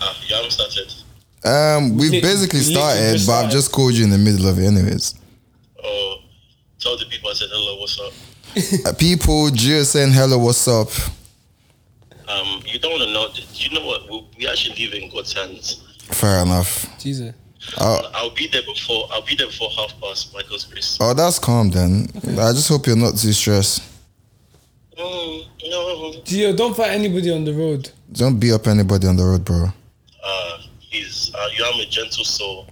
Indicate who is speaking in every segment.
Speaker 1: have you haven't started.
Speaker 2: Um, we've
Speaker 3: lit-
Speaker 2: basically
Speaker 3: we literally
Speaker 2: started,
Speaker 3: just
Speaker 2: but I've
Speaker 3: started.
Speaker 2: just called you in the middle of it, anyways.
Speaker 1: Or Oh, tell the people I said hello, what's up?
Speaker 2: Uh, People, Gio saying hello, what's up?
Speaker 1: Um, you don't want to know. You know what? We, we actually leave in God's hands.
Speaker 2: Fair enough.
Speaker 3: Jesus.
Speaker 2: Oh,
Speaker 1: I'll be there before. I'll be there before half past by God's grace.
Speaker 2: oh, that's calm then. I just hope you're not too stressed.
Speaker 1: Mm, no,
Speaker 3: Gio, don't fight anybody on the road.
Speaker 2: Don't beat up anybody on the road, bro.
Speaker 1: uh, he's. Uh, you am a gentle soul.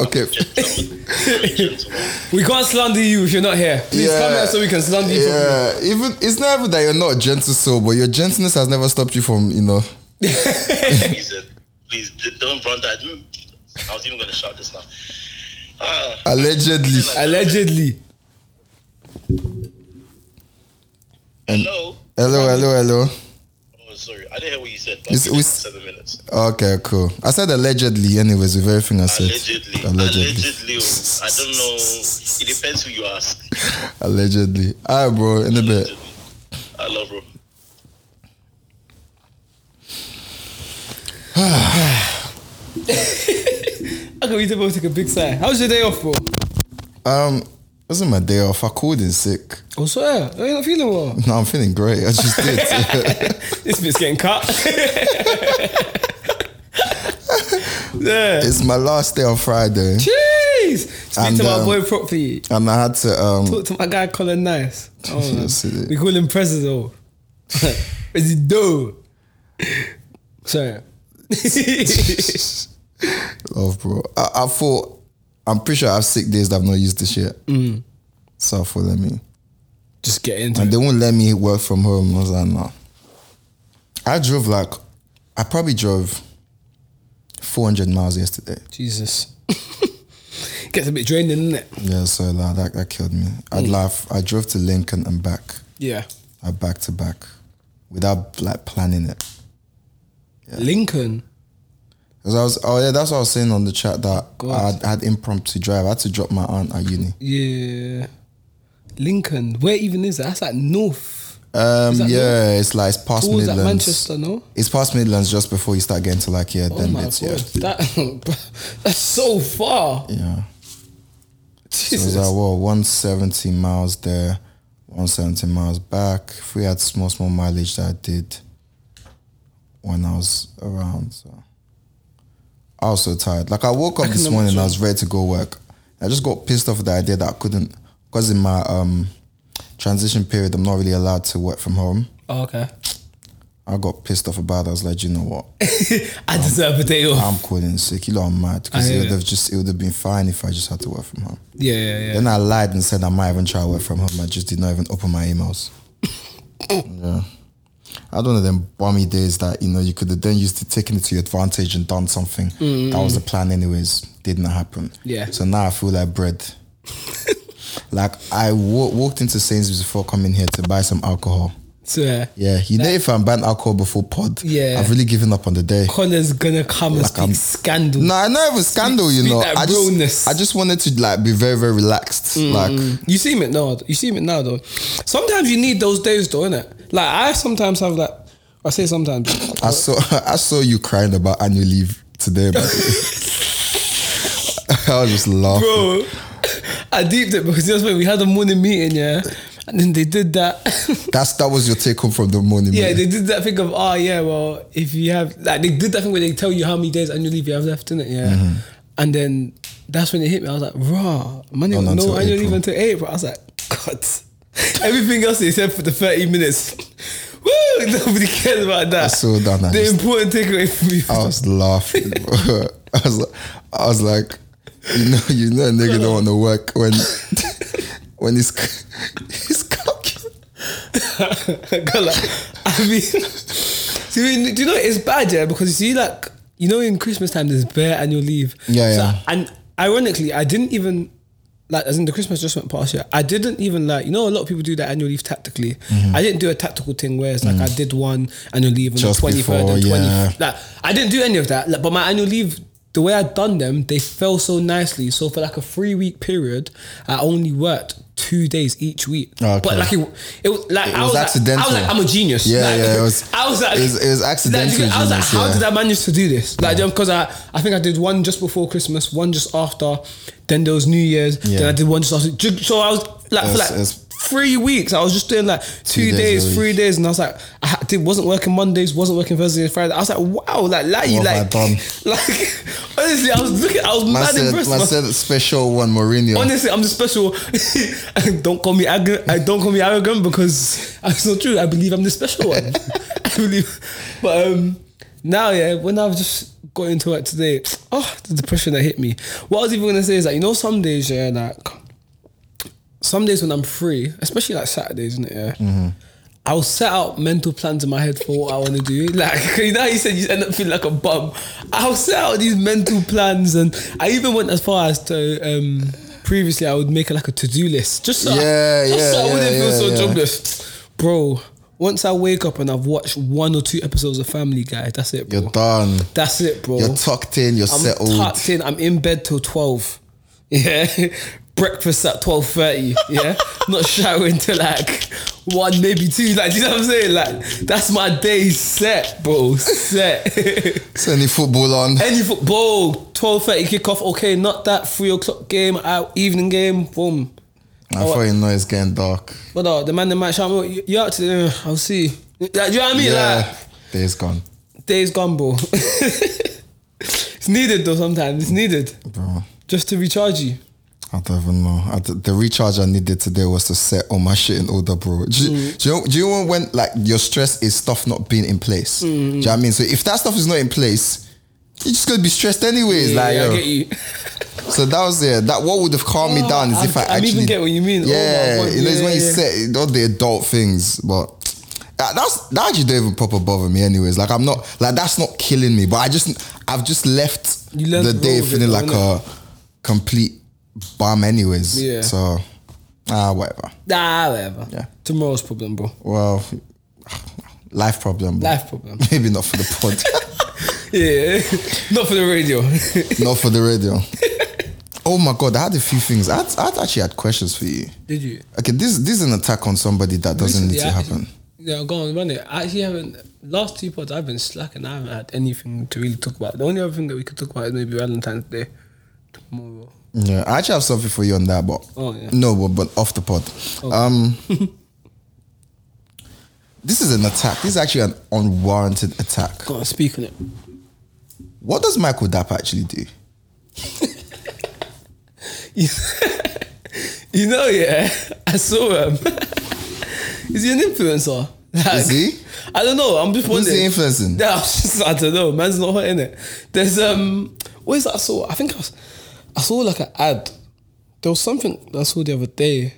Speaker 2: Okay.
Speaker 1: Gentle, I'm a gentleman.
Speaker 3: We can't slander you if you're not here. Please
Speaker 2: Yeah.
Speaker 3: come here so we can slander you. properly.
Speaker 2: Yeah, even it's not even that you're not a gentle soul, but your gentleness has never stopped you from, you know.
Speaker 1: Please, uh, please d- don't run that. Mm, I was even gonna shout this now. Uh,
Speaker 2: Allegedly.
Speaker 3: Allegedly.
Speaker 1: hello.
Speaker 2: Hello, hello, hello.
Speaker 1: Oh, sorry, I didn't hear what you said.
Speaker 2: It's-
Speaker 1: It's,
Speaker 2: it's-
Speaker 1: seven minutes.
Speaker 2: Okay, cool. I said allegedly, anyways, with everything I said.
Speaker 1: Allegedly, allegedly, oh, I don't know. It depends who you ask.
Speaker 2: Allegedly. All right, bro, in a bit.
Speaker 1: Allegedly. I love bro.
Speaker 3: How can we both take a big sigh? How's your day off, bro?
Speaker 2: Um, it wasn't my day off. I called in sick.
Speaker 3: Oh, swear. Are you not feeling well?
Speaker 2: No, I'm feeling great. I just did.
Speaker 3: this bit's getting cut. yeah.
Speaker 2: it's my last day on Friday,
Speaker 3: Jeez. Speak
Speaker 2: And,
Speaker 3: to my
Speaker 2: um,
Speaker 3: boy properly.
Speaker 2: and I had to. Um,
Speaker 3: Talk to my guy Colin Nice. Oh,
Speaker 2: Yes, it is.
Speaker 3: we call him Presido. Presido. Sorry.
Speaker 2: love, bro. I, I thought. I'm pretty sure I have sick days that I've not used this yet.
Speaker 3: Mm.
Speaker 2: So I thought, let me.
Speaker 3: Just get into
Speaker 2: And
Speaker 3: it.
Speaker 2: they won't let me work from home. I was like, no. I drove like, I probably drove 400 miles yesterday.
Speaker 3: Jesus. Gets a bit draining, isn't it?
Speaker 2: Yeah, so like, that, that killed me. I'd
Speaker 3: Mm.
Speaker 2: laugh. I drove to Lincoln and back,
Speaker 3: Yeah.
Speaker 2: like back to back, without like planning it.
Speaker 3: Lincoln.
Speaker 2: Cause I was, oh yeah, that's what I was saying on the chat that I
Speaker 3: God.
Speaker 2: had, I had impromptu drive. I had to drop my aunt at uni.
Speaker 3: Yeah. Lincoln. Where even is that? That's like north.
Speaker 2: Um,
Speaker 3: Is that
Speaker 2: yeah, it's like it's past
Speaker 3: Towards like
Speaker 2: Midlands.
Speaker 3: Manchester, no?
Speaker 2: It's past Midlands just before you start getting to like yeah,
Speaker 3: Oh
Speaker 2: then
Speaker 3: my
Speaker 2: it's
Speaker 3: god.
Speaker 2: yeah,
Speaker 3: That, that's so far.
Speaker 2: yeah. So
Speaker 3: Jesus.
Speaker 2: it was like, well, 170 miles there, 170 miles back. If we had small, small mileage that I did when I was around. So I was so tired. Like I woke up this
Speaker 3: can
Speaker 2: morning and I was ready to go work. I just got pissed off with the idea that I couldn't, because in my um, transition period, I'm not really allowed to work from home.
Speaker 3: Oh, okay.
Speaker 2: I got pissed off about it. I was like, you know what?
Speaker 3: I deserve a day off.
Speaker 2: I'm calling sick. You know, I'm mad. Because it
Speaker 3: I hear
Speaker 2: would
Speaker 3: you.
Speaker 2: have just, it would have been fine if I just had to work from home.
Speaker 3: Yeah, yeah, yeah.
Speaker 2: Then I lied and said I might even try work from home. I just did not even open my emails. yeah. I had one of them bummy days that, you know, you could have then used to taken it to your advantage and done something. That was the plan anyways. Did not happen.
Speaker 3: Mm-hmm. Yeah.
Speaker 2: So now I feel like bread. like I wa- walked into Sainsbury's before coming here to buy some alcohol.
Speaker 3: Swear.
Speaker 2: Yeah. You know if I'm buying alcohol before pod,
Speaker 3: Yeah.
Speaker 2: I've really given up on the day.
Speaker 3: Colin's gonna come and
Speaker 2: Like um,
Speaker 3: speak
Speaker 2: I'm-
Speaker 3: scandal.
Speaker 2: No, I know it was scandal, you
Speaker 3: speak
Speaker 2: know.
Speaker 3: that
Speaker 2: I
Speaker 3: realness. Mm.
Speaker 2: just, I just wanted to like be very, very relaxed. Like
Speaker 3: You see him it now. You see him it now though. Sometimes you need those days though, innit? Like I sometimes have like I say sometimes.
Speaker 2: I saw I saw you crying about annual leave today, but I was just laughing.
Speaker 3: Bro, I deeped it because that's when we had a morning meeting, yeah. And then they did that.
Speaker 2: That's that was your take home from the morning.
Speaker 3: yeah,
Speaker 2: meeting.
Speaker 3: they did that thing of oh yeah, well if you have like they did that thing where they tell you how many days annual leave you have left in it, yeah.
Speaker 2: Mm-hmm.
Speaker 3: And then that's when it hit me. I was like, raw, money
Speaker 2: Not
Speaker 3: no
Speaker 2: until
Speaker 3: annual leave
Speaker 2: April.
Speaker 3: until April. I was like, God. Everything else they said for the 30 minutes. Woo! Nobody cares about that.
Speaker 2: so Oh, done, I
Speaker 3: The
Speaker 2: just-
Speaker 3: important takeaway for me
Speaker 2: I was laughing. bro. I was like, I was like, you know, you know, a nigga don't want to work when when he's he's cocky.
Speaker 3: God, like, I mean, see, do you know it's bad, yeah? Because you see, like, you know, in Christmas time, there's bare annual leave.
Speaker 2: Yeah,
Speaker 3: So,
Speaker 2: yeah.
Speaker 3: And ironically, I didn't even, like, as in the Christmas just went past, yeah. I didn't even, like, you know, a lot of people do that annual leave tactically.
Speaker 2: Mm-hmm.
Speaker 3: I didn't do a tactical thing where it's like I did one annual leave on
Speaker 2: Mm. Just
Speaker 3: the 23rd and
Speaker 2: before,
Speaker 3: 20th.
Speaker 2: yeah.
Speaker 3: Like, I didn't do any of that, like, but my annual leave the way I'd done them, they fell so nicely. So for like a three week period, I only worked two days each week.
Speaker 2: Okay.
Speaker 3: But like it, it was like I was
Speaker 2: was accidental.
Speaker 3: Like, I was like, I'm a genius.
Speaker 2: Yeah,
Speaker 3: Like,
Speaker 2: yeah, it was-
Speaker 3: I was like,
Speaker 2: it was- it was accidental
Speaker 3: I was like,
Speaker 2: genius,
Speaker 3: how
Speaker 2: yeah.
Speaker 3: did I manage to do this? Like, because I, I think I did one just before Christmas, one just after. Then there was New Year's. Then
Speaker 2: Yeah.
Speaker 3: I did one just after. ju- So I was like,
Speaker 2: It's-
Speaker 3: for like
Speaker 2: it's-
Speaker 3: three weeks, I was just doing like two,
Speaker 2: days
Speaker 3: days,
Speaker 2: a week.
Speaker 3: three days, and I was like, I ha- did, wasn't working Mondays, wasn't working Thursdays and Fridays. I was like, wow, like, like, you,
Speaker 2: What
Speaker 3: like,
Speaker 2: have I done?
Speaker 3: like, honestly, I was looking, I was
Speaker 2: Man
Speaker 3: mad
Speaker 2: said,
Speaker 3: impressed.
Speaker 2: man
Speaker 3: man.
Speaker 2: said special one, Mourinho.
Speaker 3: Honestly, I'm the special. don't call me arrogant. I don't call me arrogant because it's not true. I believe I'm the special one. I believe, but um, now yeah, when I've just got into it today, oh, the depression that hit me. What I was even gonna say is that you know some days yeah, like some days when I'm free, especially like Saturdays, isn't it? Yeah.
Speaker 2: Mm-hmm.
Speaker 3: I'll set out mental plans in my head for what I want to do. Like you know, how you said you end up feeling like a bum. I'll set out these mental plans, and I even went as far as to um, previously I would make like a to do list just so
Speaker 2: Yeah,
Speaker 3: I, just
Speaker 2: yeah,
Speaker 3: so I
Speaker 2: yeah,
Speaker 3: wouldn't feel
Speaker 2: yeah,
Speaker 3: so
Speaker 2: yeah.
Speaker 3: jobless, bro. Once I wake up and I've watched one or two episodes of Family Guy, that's it, bro.
Speaker 2: You're done.
Speaker 3: that's it, bro.
Speaker 2: You're tucked in. You're
Speaker 3: Oh. I'm
Speaker 2: settled.
Speaker 3: tucked in. I'm in bed till twelve. Yeah, breakfast at twelve thirty. Yeah, not showering till like one, maybe two. Like, do you know what I'm saying? Like, that's my day set, bro. Set.
Speaker 2: Send the football on.
Speaker 3: Any football, twelve thirty kickoff. Okay, not that three o'clock game. Out evening game. Boom.
Speaker 2: I thought you know it's getting dark.
Speaker 3: But uh, the man that might shout, "Oh, you you out today? Uh, I'll see. you." Like, do you know what I mean?
Speaker 2: Yeah, days gone,
Speaker 3: Like, day's gone, bro. it's needed though. Sometimes it's needed
Speaker 2: bro.
Speaker 3: just to recharge you.
Speaker 2: I don't even know. I, d- the recharge I needed today was to set all my shit in order, bro. Do you,
Speaker 3: Mm.
Speaker 2: do you know, do you know when like your stress is stuff not being in place?
Speaker 3: Mm.
Speaker 2: Do you know what I mean? So if that stuff is not in place, you're just gonna be stressed anyways. like,
Speaker 3: yeah, I
Speaker 2: yo.
Speaker 3: get you.
Speaker 2: so that was yeah. That what would have calmed me down is
Speaker 3: Oh, I-
Speaker 2: if I
Speaker 3: I'm even
Speaker 2: actually
Speaker 3: get what you mean. Oh my
Speaker 2: Yeah,
Speaker 3: God,
Speaker 2: you know, it's
Speaker 3: yeah,
Speaker 2: when you
Speaker 3: yeah.
Speaker 2: set all the adult things, but. that- That's that actually don't even proper bother me, anyways. Like I'm not like that's not killing me, but I just I've just left
Speaker 3: You learn
Speaker 2: the
Speaker 3: to
Speaker 2: day
Speaker 3: roll with it
Speaker 2: feeling
Speaker 3: though,
Speaker 2: like a complete bum, anyways.
Speaker 3: Yeah.
Speaker 2: So ah, whatever.
Speaker 3: Nah, whatever.
Speaker 2: Yeah.
Speaker 3: Tomorrow's problem, bro.
Speaker 2: Well, life problem. but
Speaker 3: Life problem.
Speaker 2: Maybe not for the pod,
Speaker 3: Yeah. Not for the radio.
Speaker 2: not for the radio. Oh my god, I had a few things. I, had, I had actually had questions for you.
Speaker 3: Did you?
Speaker 2: Okay, this this is an attack on somebody that doesn't need
Speaker 3: Recently,
Speaker 2: to
Speaker 3: I-
Speaker 2: happen.
Speaker 3: Yeah, go on, run it. I actually haven't. Last two pods, I've been slacking. I haven't had anything to really talk about. The only other thing that we could talk about is maybe Valentine's Day tomorrow.
Speaker 2: Yeah, I actually have something for you on that, but
Speaker 3: Oh, yeah.
Speaker 2: no, but, but off the pod. Um, this is an attack. This is actually an unwarranted attack.
Speaker 3: Go on, speak on it.
Speaker 2: What does Michael Dapp actually do?
Speaker 3: You know, yeah, I saw him. Is he an influencer? Like,
Speaker 2: Is he?
Speaker 3: I don't know. I'm just
Speaker 2: Who's
Speaker 3: wondering.
Speaker 2: he influencing?
Speaker 3: Yeah, I, was just, I don't know. Man's not hot in it. There's um, what is that I saw? I think I, was, I saw like an ad. There was something that I saw the other day.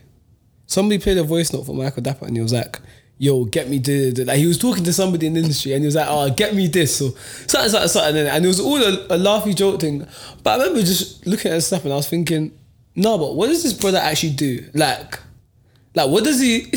Speaker 3: Somebody played a voice note for Michael Dapper, and he was like, "Yo, get me this." Like he was talking to somebody in the industry, and he was like, "Oh, get me this." So something, something, something, and it was all a, a laughy joke thing. But I remember just looking at this stuff, and I was thinking, "No, but what does this brother actually do? Like, like what does he?"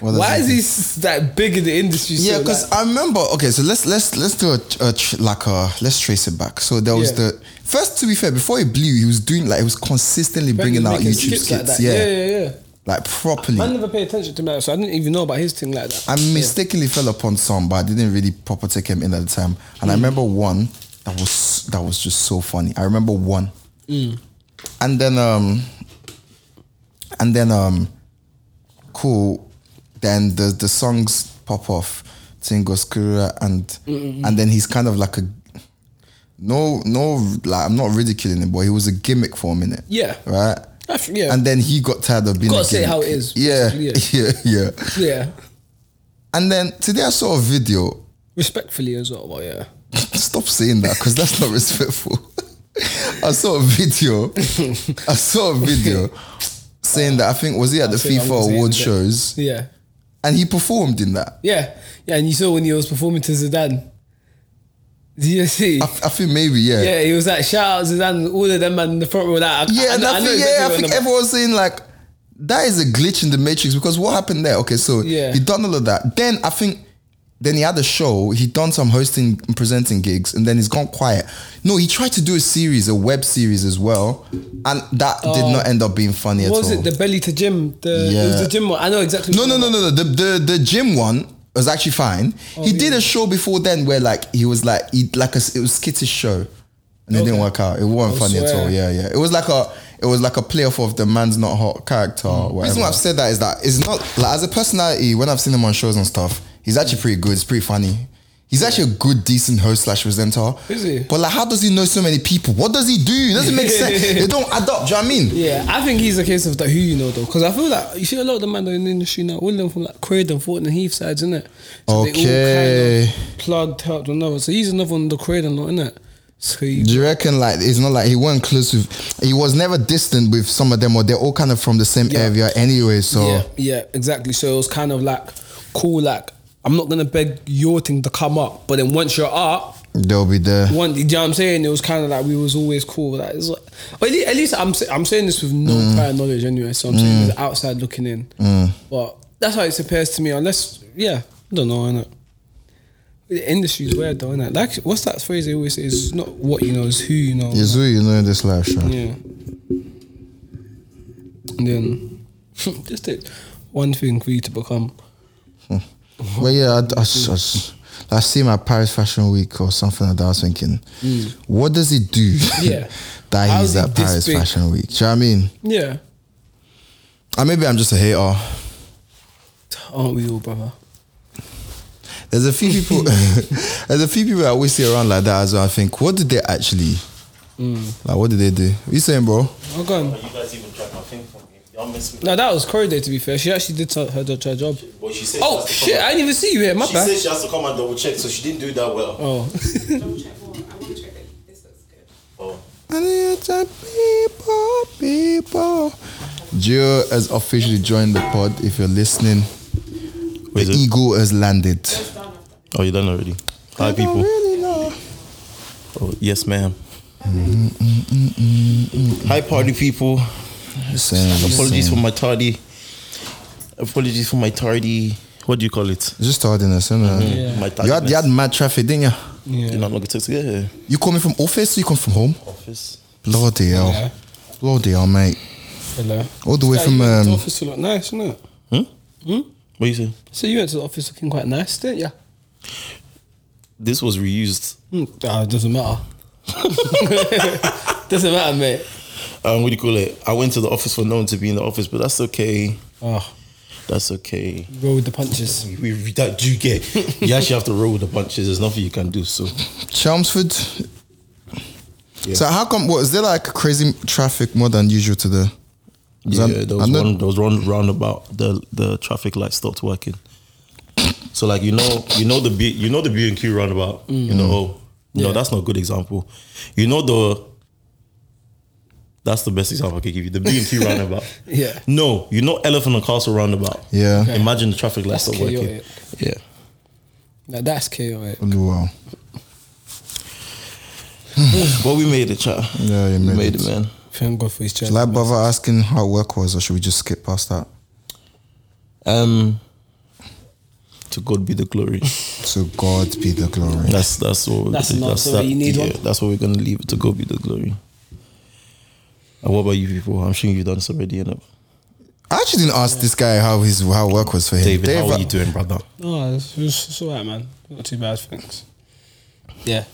Speaker 2: What does
Speaker 3: Why
Speaker 2: he
Speaker 3: is
Speaker 2: do?
Speaker 3: he s- that big in the industry?
Speaker 2: Yeah,
Speaker 3: so,
Speaker 2: because
Speaker 3: like-
Speaker 2: I remember. Okay, so let's let's let's do a, a tr- like a let's trace it back. So there was
Speaker 3: Yeah.
Speaker 2: the first. To be fair, before he blew, he was doing like he was consistently bringing out
Speaker 3: making
Speaker 2: YouTube
Speaker 3: skits
Speaker 2: skits.
Speaker 3: like that.
Speaker 2: yeah.
Speaker 3: yeah, yeah, yeah.
Speaker 2: like properly.
Speaker 3: I never paid attention to Matt, so I didn't even know about his thing like that.
Speaker 2: I mistakenly fell upon some, but I didn't really proper take him in at the time. And
Speaker 3: Mm.
Speaker 2: I remember one that was that was just so funny. I remember one,
Speaker 3: Mm.
Speaker 2: and then um, and then um, cool. Then the the songs pop off, Tingoskura, and and then he's kind of like a no no like I'm not ridiculing him, but he was a gimmick for a minute.
Speaker 3: Yeah.
Speaker 2: right.
Speaker 3: I f- yeah.
Speaker 2: And then he got tired of being.
Speaker 3: Gotta
Speaker 2: a
Speaker 3: say
Speaker 2: gimmick.
Speaker 3: how it is.
Speaker 2: Yeah,
Speaker 3: Yeah.
Speaker 2: yeah, yeah.
Speaker 3: yeah,
Speaker 2: And then today I saw a video.
Speaker 3: respectfully as well. But yeah,
Speaker 2: Stop saying that because that's not respectful. I saw a video. I saw a video saying that I think was he at the
Speaker 3: see what I'm
Speaker 2: FIFA
Speaker 3: saying,
Speaker 2: award
Speaker 3: yeah.
Speaker 2: shows
Speaker 3: yeah,
Speaker 2: and he performed in that.
Speaker 3: yeah, yeah. And you saw when he was performing to Zidane. Did you see?
Speaker 2: I, I think maybe yeah.
Speaker 3: yeah, he was like, shout out Zidane, all of them man in the front row. That I,
Speaker 2: Yeah,
Speaker 3: I,
Speaker 2: and I,
Speaker 3: I know
Speaker 2: think,
Speaker 3: exactly
Speaker 2: yeah,
Speaker 3: what
Speaker 2: I think
Speaker 3: number-
Speaker 2: everyone's saying like that is a glitch in the matrix because what happened there? Okay, so
Speaker 3: Yeah.
Speaker 2: he done all of that. Then I think Then he had a show. He done some hosting and presenting gigs, and then he's gone quiet. No, he tried to do a series, a web series as well, and that did not end up being funny at
Speaker 3: Oh. What was
Speaker 2: all.
Speaker 3: it? The belly to gym. The, it was
Speaker 2: Yeah.
Speaker 3: the gym one. I know exactly.
Speaker 2: No, no,
Speaker 3: what you
Speaker 2: no,
Speaker 3: mean.
Speaker 2: no, no. The the the gym one was actually fine. he did a show before then where like he was like he like a s- it was skittish show, and it didn't
Speaker 3: Okay.
Speaker 2: work out. It wasn't
Speaker 3: I
Speaker 2: funny at all. Yeah,
Speaker 3: swear.
Speaker 2: yeah. It was like a it was like a playoff of the man's not hot character. The Hmm. reason why I've said that is that it's not like as a personality when I've seen him on shows and stuff, he's actually pretty good. It's pretty funny. He's actually a good, decent host slash presenter.
Speaker 3: Is he?
Speaker 2: But like, how does he know so many people? What does he do? It doesn't make sense. They don't add up. Do you know what I mean?
Speaker 3: Yeah, I think he's a case of the who you know though, because I feel like you see a lot of the man that are in the industry now, all of them from like Croydon, Fortin, and Heath sides, innit? So They all
Speaker 2: Okay.
Speaker 3: kind of plugged helped another. So he's another one on the Croydon lot, innit? So you,
Speaker 2: Do you reckon like it's not like he weren't close with he was never distant with some of them or they're all kind of from the same
Speaker 3: Yeah.
Speaker 2: area anyway, so
Speaker 3: yeah, yeah, exactly. So it was kind of like cool, like I'm not gonna beg your thing to come up, but then once you're up,
Speaker 2: they'll be there.
Speaker 3: one, you know what I'm saying? It was kind of like we was always cool. Like, it's like but at least, at least I'm sa- I'm saying this with no
Speaker 2: Mm.
Speaker 3: prior knowledge anyway. So I'm saying this outside looking in. But that's how it appears to me. Unless yeah, I don't know. Innit? The industry's weird though, innit? Like what's that phrase they always say? It's not what you know, it's who you know.
Speaker 2: It's who you know in this life, sure.
Speaker 3: Yeah. And then just take one thing for you to become.
Speaker 2: Well yeah, I, I, I, I see my Paris Fashion Week or something like that. I was thinking, what does he do?
Speaker 3: Mm. Yeah.
Speaker 2: that
Speaker 3: How
Speaker 2: he's
Speaker 3: is he
Speaker 2: at
Speaker 3: this
Speaker 2: Paris
Speaker 3: big?
Speaker 2: Fashion Week. Do you know what I mean?
Speaker 3: Yeah.
Speaker 2: And Uh, maybe I'm just a hater.
Speaker 3: Aren't we all, brother?
Speaker 2: There's a few people. there's a few people I always see around like that as well. I think, what did they actually?
Speaker 3: Mm.
Speaker 2: Like, what did they do? What you saying, bro?
Speaker 3: Oh, go on.
Speaker 4: You guys even dropped my thing for me. Y'all miss me.
Speaker 3: No, that was Corey Day, to be fair. She actually did her, her, her job.
Speaker 4: Well, she said
Speaker 3: Oh
Speaker 4: she has to
Speaker 3: shit!
Speaker 4: come
Speaker 3: I didn't even see you here. My
Speaker 4: and- She
Speaker 3: bad.
Speaker 4: said she has to come and double check, so she didn't do that well.
Speaker 3: Oh,
Speaker 5: Double check what? I want to check that this looks good.
Speaker 4: Oh.
Speaker 2: And it's a people, people. Gio has officially joined the pod. If you're listening, the
Speaker 4: Wait, is it-
Speaker 2: eagle has landed.
Speaker 5: It's done after.
Speaker 4: oh, you done already. Hi,
Speaker 2: I don't
Speaker 4: people.
Speaker 2: really know.
Speaker 4: Oh, yes, ma'am. Hi, party people.
Speaker 2: Same,
Speaker 4: Apologies
Speaker 2: same.
Speaker 4: for my tardy. Apologies for my tardy. What do you call it?
Speaker 2: just tardiness, isn't it?
Speaker 3: Yeah.
Speaker 4: My
Speaker 2: You had, you had mad traffic, didn't you?
Speaker 4: You
Speaker 3: yeah.
Speaker 4: know, look, it's yeah.
Speaker 2: You coming from office? You come from home?
Speaker 4: Office.
Speaker 2: Bloody hell,
Speaker 3: Yeah.
Speaker 2: bloody hell, mate!
Speaker 3: Hello.
Speaker 2: All the way
Speaker 3: Yeah,
Speaker 2: from
Speaker 3: you went to the
Speaker 2: um,
Speaker 3: office to look nice, isn't it?
Speaker 4: What you say?
Speaker 3: So you went to the office looking quite nice, didn't you?
Speaker 4: This was reused.
Speaker 3: Mm. Ah, doesn't matter. doesn't matter, mate.
Speaker 4: Um, what do you call it? I went to the office for no one to be in the office, but that's okay.
Speaker 3: Oh,
Speaker 4: That's okay.
Speaker 3: roll with the punches.
Speaker 4: We, we- that do get. You actually have to roll with the punches. There's nothing you can do. So
Speaker 2: Chelmsford.
Speaker 4: Yeah.
Speaker 2: So how come? What is there like crazy traffic more than usual today? 'Cause
Speaker 4: yeah,
Speaker 2: I-
Speaker 4: there
Speaker 2: I
Speaker 4: was
Speaker 2: know-
Speaker 4: one. There was one roundabout. The the traffic light stopped working. So like you know you know the B you know the B and Q roundabout. You know oh no
Speaker 3: Yeah.
Speaker 4: that's not a good example. You know the. That's the best example I can give you. The B and Q roundabout.
Speaker 3: Yeah.
Speaker 4: No, you know Elephant and Castle roundabout.
Speaker 2: Yeah.
Speaker 3: Okay.
Speaker 4: Imagine the traffic light
Speaker 3: That's
Speaker 4: stopped working.
Speaker 3: chaotic.
Speaker 4: Yeah.
Speaker 3: Now that's chaotic.
Speaker 2: Wow.
Speaker 4: Well, we made it, chat.
Speaker 2: Yeah, you
Speaker 4: we
Speaker 2: made
Speaker 4: made
Speaker 2: it.
Speaker 4: it, man.
Speaker 3: Thank God for his chest.
Speaker 2: Shall I bother asking how work was, or should we just skip past that?
Speaker 4: Um, to God be the glory.
Speaker 2: So God be the glory.
Speaker 4: That's that's what we're
Speaker 3: That's
Speaker 4: gonna,
Speaker 3: enough, so you need
Speaker 4: yeah,
Speaker 3: one?
Speaker 4: That's what we're gonna leave it to God be the glory. And what about you people? I'm sure you've done this already, you know.
Speaker 2: I actually didn't ask this guy how his how work was for him.
Speaker 4: David,
Speaker 2: Dave,
Speaker 4: how are you doing, brother?
Speaker 3: Oh, it's, it's, it's all right, man. Not too bad, thanks. Yeah.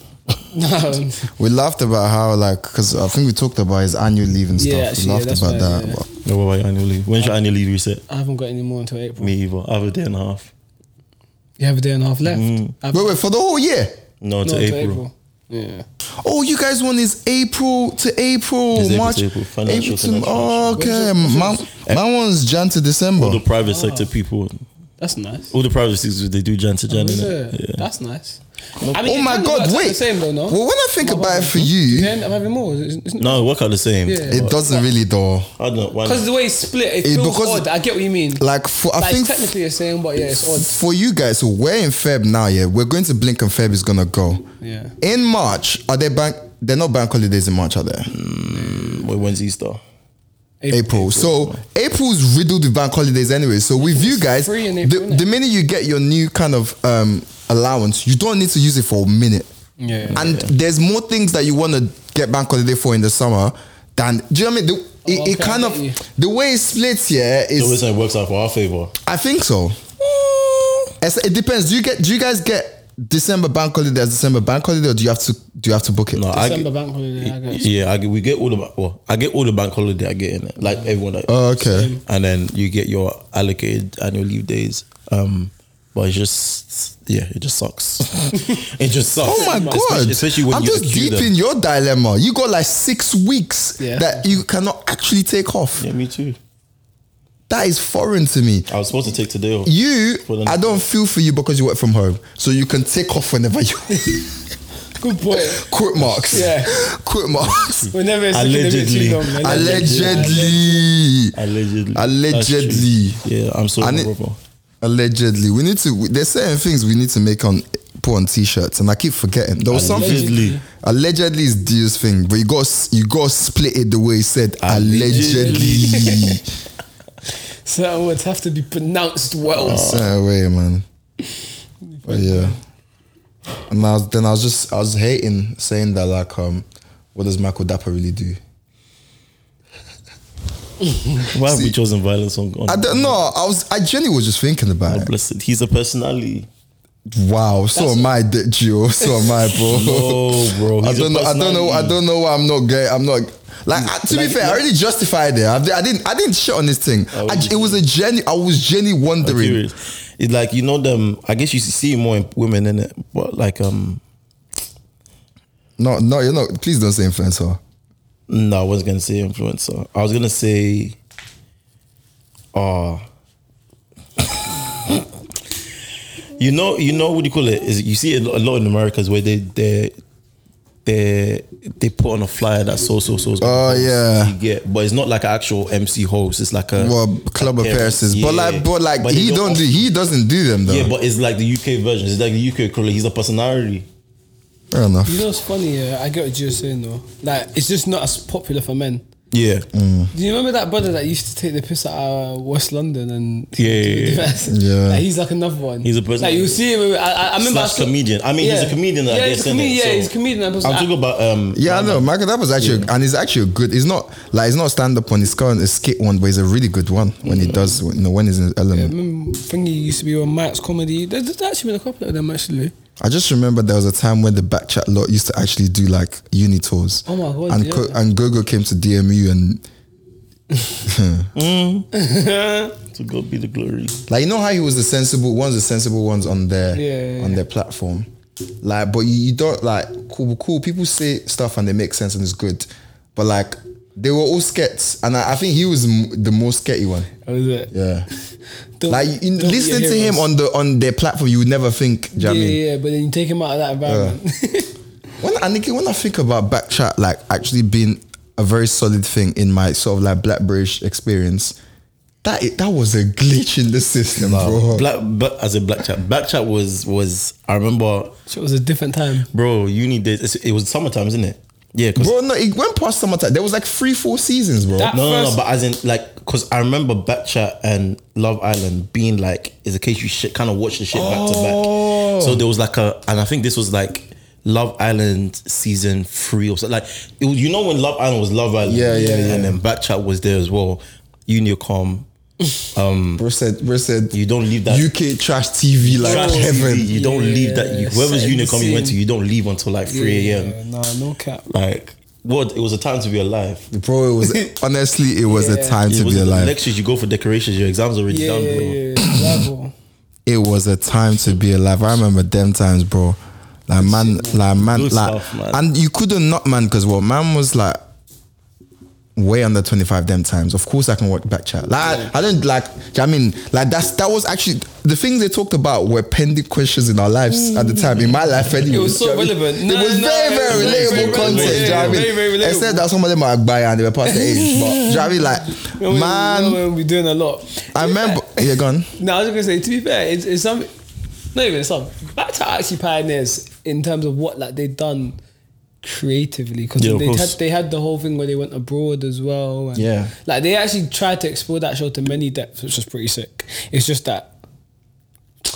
Speaker 3: No,
Speaker 2: We laughed about how like because I think we talked about his annual leave and stuff.
Speaker 3: Yeah,
Speaker 2: we
Speaker 3: actually,
Speaker 2: laughed
Speaker 3: yeah, that's
Speaker 2: about
Speaker 3: right,
Speaker 2: that.
Speaker 3: yeah.
Speaker 2: but-
Speaker 4: No, what about your annual leave? When's
Speaker 3: Uh,
Speaker 4: your annual leave reset?
Speaker 3: I haven't got any more until April.
Speaker 4: Me either. I have a day and a half.
Speaker 3: You have a day and a half left. I've-
Speaker 2: Wait, wait for the whole year.
Speaker 4: No,
Speaker 3: no,
Speaker 4: to
Speaker 3: till
Speaker 4: April.
Speaker 3: Yeah.
Speaker 2: Oh, you guys want is April to April,
Speaker 4: It's April to
Speaker 2: March,
Speaker 4: April, financial,
Speaker 2: to
Speaker 4: financial.
Speaker 2: oh, okay. My, my one's Jan to December.
Speaker 4: All the private
Speaker 3: Ah.
Speaker 4: sector people,
Speaker 3: That's nice.
Speaker 4: all the private sectors, they do Jan to Jan.
Speaker 3: Oh, Is
Speaker 4: innit?
Speaker 3: it?
Speaker 4: Yeah.
Speaker 3: That's nice.
Speaker 2: Oh my God! Wait.
Speaker 3: The same though, no?
Speaker 2: Well, when I think about it for you,
Speaker 3: Then I'm having more. Isn't- isn't-
Speaker 4: No, work out the same.
Speaker 3: Yeah.
Speaker 2: it doesn't really though.
Speaker 4: I don't know. Why
Speaker 3: Because
Speaker 4: not?
Speaker 3: the way it's split, it
Speaker 2: It-
Speaker 3: feels
Speaker 2: because-
Speaker 3: odd. I get what you mean. Like,
Speaker 2: Like for I
Speaker 3: it's
Speaker 2: think
Speaker 3: technically the same, but yeah, it's odd.
Speaker 2: for you guys, so we're in Feb now. Yeah, we're going to blink and Feb is gonna go.
Speaker 3: Yeah.
Speaker 2: In March, are there bank? They're not bank holidays in March, are there?
Speaker 4: Wait, when's Easter?
Speaker 2: April. So April's riddled with bank holidays anyway. So with you guys,
Speaker 3: free in April,
Speaker 2: the,
Speaker 3: innit?
Speaker 2: the minute you get your new kind of um allowance, you don't need to use it for a minute.
Speaker 3: Yeah.
Speaker 2: And there's more things that you want to get bank holiday for in the summer than do you know what I mean? The, it,
Speaker 3: Oh, okay,
Speaker 2: it kind
Speaker 3: I
Speaker 2: of
Speaker 3: get you.
Speaker 2: the way it splits yeah
Speaker 4: The
Speaker 2: is
Speaker 4: reason it works out for our favor.
Speaker 2: I think so.
Speaker 3: Mm.
Speaker 2: It's- it depends. Do you get do you guys get December bank holiday as December bank holiday or do you have to do you have to book it?
Speaker 4: No, I
Speaker 3: December
Speaker 4: get,
Speaker 3: bank holiday, I guess.
Speaker 4: yeah, I get, we get all the well, I get all the bank holiday I get in it, like everyone. Like,
Speaker 2: Oh, okay.
Speaker 4: and then you get your allocated annual leave days. Um, but it just yeah, it just sucks. it just sucks.
Speaker 2: Oh my
Speaker 4: Especially-
Speaker 2: god!
Speaker 4: Especially when
Speaker 2: I'm
Speaker 4: you
Speaker 2: just
Speaker 4: accrue
Speaker 2: deep
Speaker 4: them.
Speaker 2: in your dilemma. You got like six weeks
Speaker 3: Yeah.
Speaker 2: that you cannot actually take off.
Speaker 4: Yeah, me too.
Speaker 2: That is foreign to me.
Speaker 4: I was supposed to take today off.
Speaker 2: You,
Speaker 4: For the next
Speaker 2: I don't feel for you because you work from home, so you can take off whenever you.
Speaker 3: Good point.
Speaker 2: Quit marks.
Speaker 3: Yeah.
Speaker 2: Quit marks.
Speaker 3: Whenever it's taking a bit
Speaker 4: Allegedly.
Speaker 3: too long. man.
Speaker 2: Allegedly.
Speaker 4: Allegedly.
Speaker 2: Allegedly.
Speaker 4: That's true. Yeah, I'm so
Speaker 2: I need-
Speaker 4: horrible.
Speaker 2: Allegedly, we need to. we- There's certain things we need to make on put on t-shirts, and I keep forgetting. There was
Speaker 4: Allegedly.
Speaker 2: something. Allegedly is Dio's thing, but you got you got split it the way he said. Allegedly.
Speaker 4: Allegedly.
Speaker 3: Certain words have to be pronounced well.
Speaker 2: Certain way, man. But yeah. And I was, then I was just I was hating saying that like um, what does Michael Dapper really do?
Speaker 4: Why have we chosen violence on? on
Speaker 2: I don't know. I was I genuinely was just thinking about
Speaker 4: God
Speaker 2: it.
Speaker 4: bless it. He's a personality.
Speaker 2: Wow, so am I, D- Gio. So am I, bro.
Speaker 4: No, Oh, bro,
Speaker 2: I
Speaker 4: he's a
Speaker 2: don't know. I don't know. I
Speaker 4: personality.
Speaker 2: don't know why I'm not gay. I'm not. Like I- to be
Speaker 4: like,
Speaker 2: fair, I
Speaker 4: like- Oh,
Speaker 2: already justified it. I, di- I didn't. I didn't shit on this thing. I,
Speaker 4: what did
Speaker 2: it was a genu. I was genuinely wondering.
Speaker 4: Serious. It's like you know them. I guess you see it more in women in it, but like um,
Speaker 2: No, no, you're not. Please don't say influencer.
Speaker 4: no, I wasn't gonna say influencer. I was gonna say, uh you know, you know what do you call it? Is you see it a lot in Americas where they they they they put on a flyer that so so so.
Speaker 2: Oh, yeah.
Speaker 4: you get, but it's not like an actual MC host. It's like a
Speaker 2: Well, Club of
Speaker 4: Yeah,
Speaker 2: Paris is,
Speaker 4: yeah.
Speaker 2: but like, but like,
Speaker 4: But they
Speaker 2: he
Speaker 4: don't
Speaker 2: don't
Speaker 4: offer-
Speaker 2: do. He doesn't do them though.
Speaker 4: Yeah, but it's like the UK version. It's like the UK equivalent. He's a personality.
Speaker 2: fair enough.
Speaker 3: You know what's funny? Yeah, I get what you're saying though. Like it's just not as popular for men.
Speaker 4: Yeah.
Speaker 2: Mm.
Speaker 3: Do you remember that brother that used to take the piss out of West London and
Speaker 4: Yeah, yeah, yeah.
Speaker 2: Yeah.
Speaker 3: Like, he's like another one.
Speaker 4: He's a person-
Speaker 3: Like you see him. I, I- I remember. I
Speaker 4: Slash comedian. I mean, he's a comedian, I
Speaker 3: Yeah, he's
Speaker 4: guess,
Speaker 3: a comedian.
Speaker 4: innit?
Speaker 3: Yeah,
Speaker 4: So-
Speaker 3: he's a comedian. I was-
Speaker 4: I'm
Speaker 3: I-
Speaker 4: talking about um.
Speaker 2: Yeah, I know. Michael Dapper's actually, and he's actually a good. He's not like he's not stand up on his current a skit one, but he's a really good one when
Speaker 4: Mm.
Speaker 2: he does. You know, when he's in his element.
Speaker 3: remember thingy used to be on Matt's comedy. There's, there's actually been a couple of them actually.
Speaker 2: I just remember there was a time when the Backchat lot used to actually do like uni tours.
Speaker 3: Oh my God,
Speaker 2: And
Speaker 3: yeah.
Speaker 2: Co- and Gogo came to DMU and
Speaker 4: To God be the glory.
Speaker 2: like you know how he was the sensible ones, the sensible ones on their
Speaker 3: Yeah, yeah,
Speaker 2: on
Speaker 3: yeah.
Speaker 2: their platform. Like, but you, you don't like cool, cool. People say stuff and they make sense and it's good, but like they were all skets, and I, I think he was m- the most sketchy one.
Speaker 3: That was it.
Speaker 2: Yeah,
Speaker 3: Don't-
Speaker 2: like in,
Speaker 3: don't be a
Speaker 2: listening to
Speaker 3: hero.
Speaker 2: him on the on their platform, you would never think. Do you know
Speaker 3: Yeah,
Speaker 2: what I mean?
Speaker 3: yeah, yeah, but then you take him out of that environment.
Speaker 2: When I think when I think about backchat, like actually being a very solid thing in my sort of like black British experience, that i- that was a glitch in the system, bro.
Speaker 4: Black, but as a black chat, black chat was was. I remember,
Speaker 3: it was a different time.
Speaker 4: bro. Uni days. it's- It was summertime, isn't it? Yeah, 'cause-
Speaker 2: bro, no, it went past summertime. There was like three, four seasons, bro.
Speaker 3: That-
Speaker 4: No, no,
Speaker 3: first-
Speaker 4: no, but as in like, because I remember Backchat and Love Island being like, is a case you shit kind of watch the shit back to
Speaker 2: Oh.
Speaker 4: back. So there was like a, and I think this was like Love Island season three or something. Like, it was, you know when Love Island was Love Island,
Speaker 2: Yeah, yeah, yeah.
Speaker 4: and then Backchat was there as well. Unicom,
Speaker 2: bro said, bro said,
Speaker 4: you don't leave that.
Speaker 2: UK trash TV like
Speaker 4: Trash
Speaker 2: heaven.
Speaker 4: TV, You don't
Speaker 3: Yeah,
Speaker 4: leave that. You, whoever's
Speaker 3: setting the
Speaker 4: Unicom you went to,
Speaker 3: scene.
Speaker 4: you don't leave until like three a.m.
Speaker 3: Yeah, Nah, no cap.
Speaker 4: Like, what? It was a time to be alive.
Speaker 2: Bro, it was honestly, it was a
Speaker 3: Yeah.
Speaker 2: time
Speaker 4: It
Speaker 2: to
Speaker 4: was
Speaker 2: be
Speaker 4: the
Speaker 2: alive.
Speaker 4: Lectures, you go for decorations. Your exams already
Speaker 3: Yeah,
Speaker 4: done,
Speaker 3: yeah,
Speaker 4: bro.
Speaker 3: yeah. yeah. Level.
Speaker 2: it was a time to be alive. I remember them times, bro. Like man, like man,
Speaker 4: Good
Speaker 2: like,
Speaker 4: stuff, man.
Speaker 2: and you couldn't not man because what man was like way under twenty five them times. Of course, I can work back chat. Like I, I don't like. do you know what I mean, like that's that was actually the things they talked about were pending questions in our lives at the time. In my life, anyway,
Speaker 3: Mm. It was so
Speaker 2: do you know what I mean?
Speaker 3: relevant. No,
Speaker 2: it was
Speaker 3: no,
Speaker 2: very,
Speaker 3: it
Speaker 2: very
Speaker 3: was very,
Speaker 2: relatable
Speaker 3: very
Speaker 2: content. do you know what I
Speaker 3: relatable.
Speaker 2: mean?
Speaker 3: Very, very relatable.
Speaker 2: Except that some of them are by and they were past the age. But do you know what I mean? Like
Speaker 3: You know, man,
Speaker 2: man,
Speaker 3: we're doing a lot.
Speaker 2: I remember. Yeah, gone.
Speaker 3: Now I was gonna say, to be fair, it's, it's some, not even some. Back to actually pioneers in terms of what like they've done creatively because
Speaker 4: Yeah, of
Speaker 3: they had
Speaker 4: course.
Speaker 3: they had the whole thing where they went abroad as well. and,
Speaker 2: Yeah.
Speaker 3: like they actually tried to explore that show to many depths, which was pretty sick. It's just that. I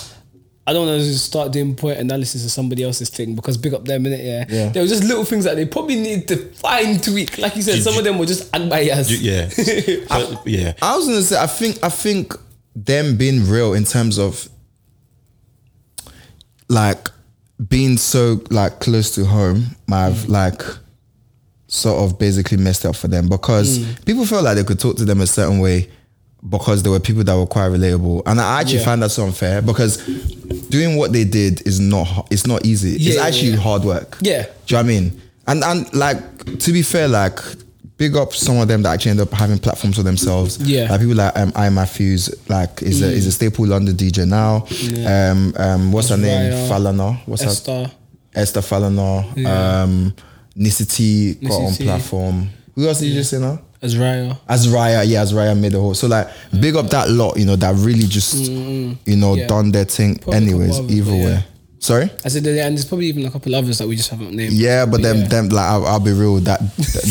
Speaker 3: I don't want to just start doing point analysis of somebody else's thing because big up them in it. Yeah.
Speaker 2: Yeah.
Speaker 3: there were just little things that they probably need to fine tweak. Like you said,
Speaker 4: Do-
Speaker 3: some
Speaker 4: do-
Speaker 3: of them were just unbiased.
Speaker 4: Yeah. But, yeah.
Speaker 2: I was gonna say, I think, I think them being real in terms of like being so like close to home might
Speaker 3: Mm.
Speaker 2: have like sort of basically messed up for them because
Speaker 3: Mm.
Speaker 2: people felt like they could talk to them a certain way because there were people that were quite relatable, and I actually
Speaker 3: Yeah.
Speaker 2: find that so unfair because doing what they did is not ho- it's not easy. it's
Speaker 3: Yeah,
Speaker 2: actually
Speaker 3: yeah.
Speaker 2: hard work. Do
Speaker 3: Yeah.
Speaker 2: you know what I mean? And and like to be fair, like big up some of them that actually end up having platforms for themselves.
Speaker 3: Yeah. Mm.
Speaker 2: Like people like um, I Matthews, like is a is a staple London DJ now.
Speaker 3: Yeah.
Speaker 2: Um um what's her name?
Speaker 3: Raya,
Speaker 2: Falana. What's her
Speaker 3: Esther.
Speaker 2: Esther Falana.
Speaker 3: Yeah.
Speaker 2: Um Nicity got on
Speaker 3: Nissi T.
Speaker 2: platform. Who else did you just say now?
Speaker 3: Azraya.
Speaker 2: Azraya, yeah, Azraya made the whole. So like, big up that lot, you know, that really just, you know,
Speaker 3: Mm, Yeah.
Speaker 2: done their thing.
Speaker 3: Probably
Speaker 2: anyways,
Speaker 3: couple others,
Speaker 2: either
Speaker 3: but
Speaker 2: way.
Speaker 3: yeah.
Speaker 2: Sorry.
Speaker 3: I said, that- and there's probably even a couple others that we just haven't named.
Speaker 2: Yeah, but them, them, like I'll, I'll be real. That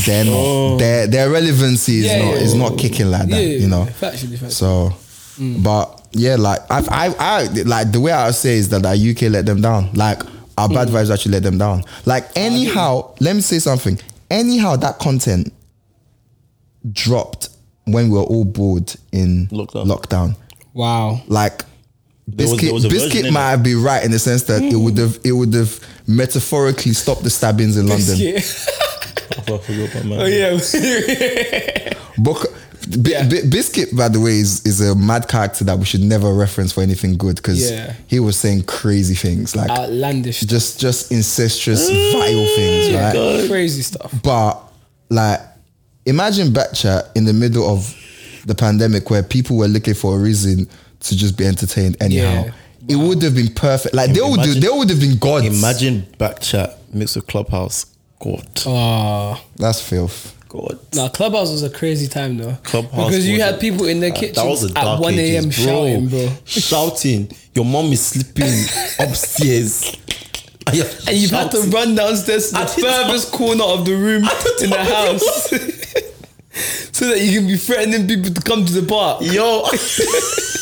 Speaker 2: they're not, their their relevancy is
Speaker 3: Oh. Yeah,
Speaker 2: not
Speaker 3: yeah.
Speaker 2: is not kicking like
Speaker 3: Yeah,
Speaker 2: that,
Speaker 3: yeah,
Speaker 2: you know.
Speaker 3: yeah. Factually, factually.
Speaker 2: So, but yeah, like I, I, I, like the way I would say is that the UK let them down. Like our bad vibes actually let them down. Like anyhow, let me say something. Anyhow, that content dropped when we were all bored in
Speaker 4: Lockdown.
Speaker 2: lockdown.
Speaker 3: wow.
Speaker 2: Like.
Speaker 4: was-
Speaker 2: Biscuit,
Speaker 4: there was a version
Speaker 2: Biscuit
Speaker 4: in
Speaker 2: might be right in the sense that it would have it would have metaphorically stopped the stabbings in London.
Speaker 3: Yeah.
Speaker 4: I forgot about
Speaker 3: Oh
Speaker 4: mine.
Speaker 3: yeah.
Speaker 2: Book, B-
Speaker 3: Yeah.
Speaker 2: B- Biscuit, by the way, is, is a mad character that we should never reference for anything good because
Speaker 3: Yeah. Uh,
Speaker 2: he was saying crazy things like
Speaker 3: Outlandish.
Speaker 2: just just incestuous, vile things, right?
Speaker 3: Crazy stuff.
Speaker 2: But like, imagine Batcha in the middle of the pandemic where people were looking for a reason to just be entertained anyhow.
Speaker 3: Yeah.
Speaker 2: It would have been perfect. Like they would,
Speaker 4: imagine-
Speaker 2: they would have been gods.
Speaker 4: Imagine Backchat mixed with Clubhouse. God.
Speaker 3: Ah.
Speaker 2: that's filth.
Speaker 4: God.
Speaker 3: Now clubhouse was a crazy time though.
Speaker 4: Clubhouse
Speaker 3: because you
Speaker 4: was
Speaker 3: had
Speaker 4: a-
Speaker 3: people in their
Speaker 4: that-
Speaker 3: kitchens
Speaker 4: that was the
Speaker 3: at
Speaker 4: dark
Speaker 3: one a.m.
Speaker 4: ages,
Speaker 3: shouting, bro.
Speaker 4: Shouting. Your mom is sleeping upstairs. And you're
Speaker 3: And you've had to
Speaker 4: shouting.
Speaker 3: run downstairs to the
Speaker 4: I did not-
Speaker 3: furthest corner of the room
Speaker 4: I did
Speaker 3: in the
Speaker 4: not
Speaker 3: house, so that you can be threatening people to come to the bar.
Speaker 4: Yo.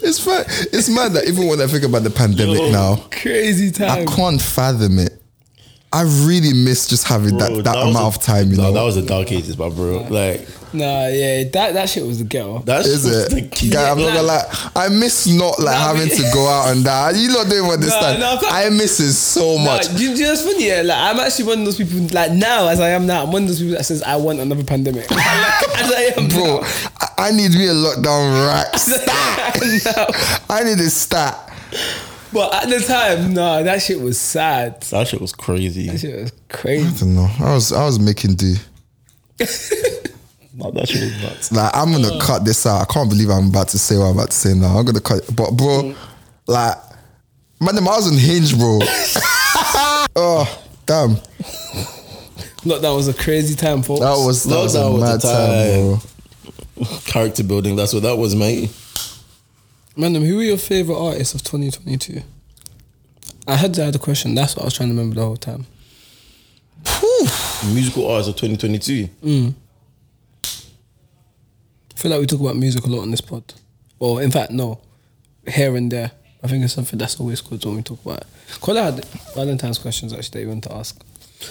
Speaker 2: It's fun. It's mad that even when I think about the pandemic
Speaker 4: Yo.
Speaker 2: now,
Speaker 3: Crazy
Speaker 2: I
Speaker 3: time.
Speaker 2: can't fathom it. I really miss just having that,
Speaker 4: Bro,
Speaker 2: that,
Speaker 4: was
Speaker 2: amount
Speaker 4: a-
Speaker 2: of time, you
Speaker 4: no,
Speaker 2: know.
Speaker 4: that was the dark ages, my bro. Like
Speaker 3: Nah, yeah, that that shit was the girl.
Speaker 4: that's
Speaker 2: is it? Guy, I'm not gonna lie. I miss not like
Speaker 3: Nah,
Speaker 2: having
Speaker 3: but-
Speaker 2: to go out and that. You lot don't even understand.
Speaker 3: nah, fuck-
Speaker 2: I miss it so
Speaker 3: Nah,
Speaker 2: much.
Speaker 3: do, you- do you know what's funny? Yeah, like I'm actually one of those people. Like now, as I am now, I'm one of those people that says I want another pandemic. Like, as I am,
Speaker 2: Bro, I, I need me a lockdown rack.
Speaker 3: now.
Speaker 2: I need a stat.
Speaker 3: But at the time, nah, that shit was sad.
Speaker 4: That shit was crazy.
Speaker 3: That shit was crazy.
Speaker 2: I don't know. I was I was making do.
Speaker 4: Nah, that shit was nuts.
Speaker 2: Like I'm gonna
Speaker 3: Mm.
Speaker 2: cut this out. I can't believe I'm about to say what I'm about to say now. I'm gonna cut it. But bro,
Speaker 3: Mm.
Speaker 2: like man, I was on hinge, bro. oh, damn.
Speaker 3: Lockdown was a crazy time, folks.
Speaker 2: That was that was a
Speaker 4: Lockdown was
Speaker 2: mad
Speaker 4: the
Speaker 2: time, bro.
Speaker 4: Character building. That's what that was, mate.
Speaker 3: Madam, who were your favorite artists of 2022? I had I had a question. That's what I was trying to remember the whole time.
Speaker 4: Musical arts of 2022.
Speaker 3: I feel like we talk about music a lot on this pod. Well, in fact, no, here and there. I think it's something that's always good when we talk about. it. Kola had Valentine's questions actually that you want to ask.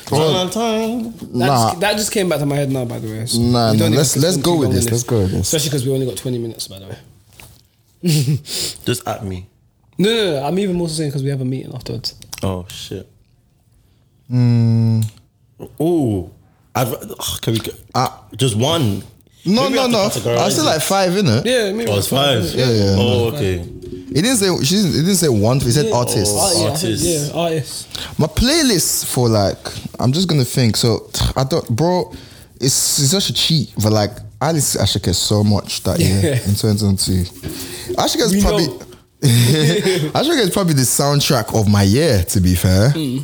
Speaker 4: Valentine.
Speaker 3: That,
Speaker 2: Nah.
Speaker 3: just, that just came back to my head now, by the way. So
Speaker 2: Nah,
Speaker 3: we don't
Speaker 2: nah,
Speaker 3: even-
Speaker 2: let's-
Speaker 3: we
Speaker 2: let's
Speaker 3: can
Speaker 2: go
Speaker 3: keep
Speaker 2: with
Speaker 3: on
Speaker 2: this, let's go with this.
Speaker 3: Especially because we only got 20 minutes, by the way.
Speaker 4: Just at me.
Speaker 3: No, no, no. I'm even more so saying because we have a meeting afterwards.
Speaker 4: Oh shit.
Speaker 2: Hmm.
Speaker 4: Ooh. I've, ugh, can we go-
Speaker 2: Ah.
Speaker 4: just one?
Speaker 2: No,
Speaker 4: Maybe
Speaker 2: no,
Speaker 4: have to
Speaker 2: no. I
Speaker 4: categorize
Speaker 2: said
Speaker 4: it.
Speaker 2: like five, innit?
Speaker 3: Yeah, maybe.
Speaker 4: Oh, it's five.
Speaker 2: Yeah, yeah.
Speaker 4: Oh, okay.
Speaker 2: It didn't say she didn't, it didn't say one. It said artists.
Speaker 4: Oh.
Speaker 3: yeah, I think-
Speaker 4: Artists.
Speaker 3: Yeah, artists.
Speaker 2: My playlist for like I'm just gonna think. So I don't, bro. It's it's such a cheat, but like I listen to Ashika so much that year
Speaker 3: Yeah.
Speaker 2: in 2022. Ashika's
Speaker 3: We
Speaker 2: probably
Speaker 3: know.
Speaker 2: Ashika is probably the soundtrack of my year. To be fair,
Speaker 3: Hmm.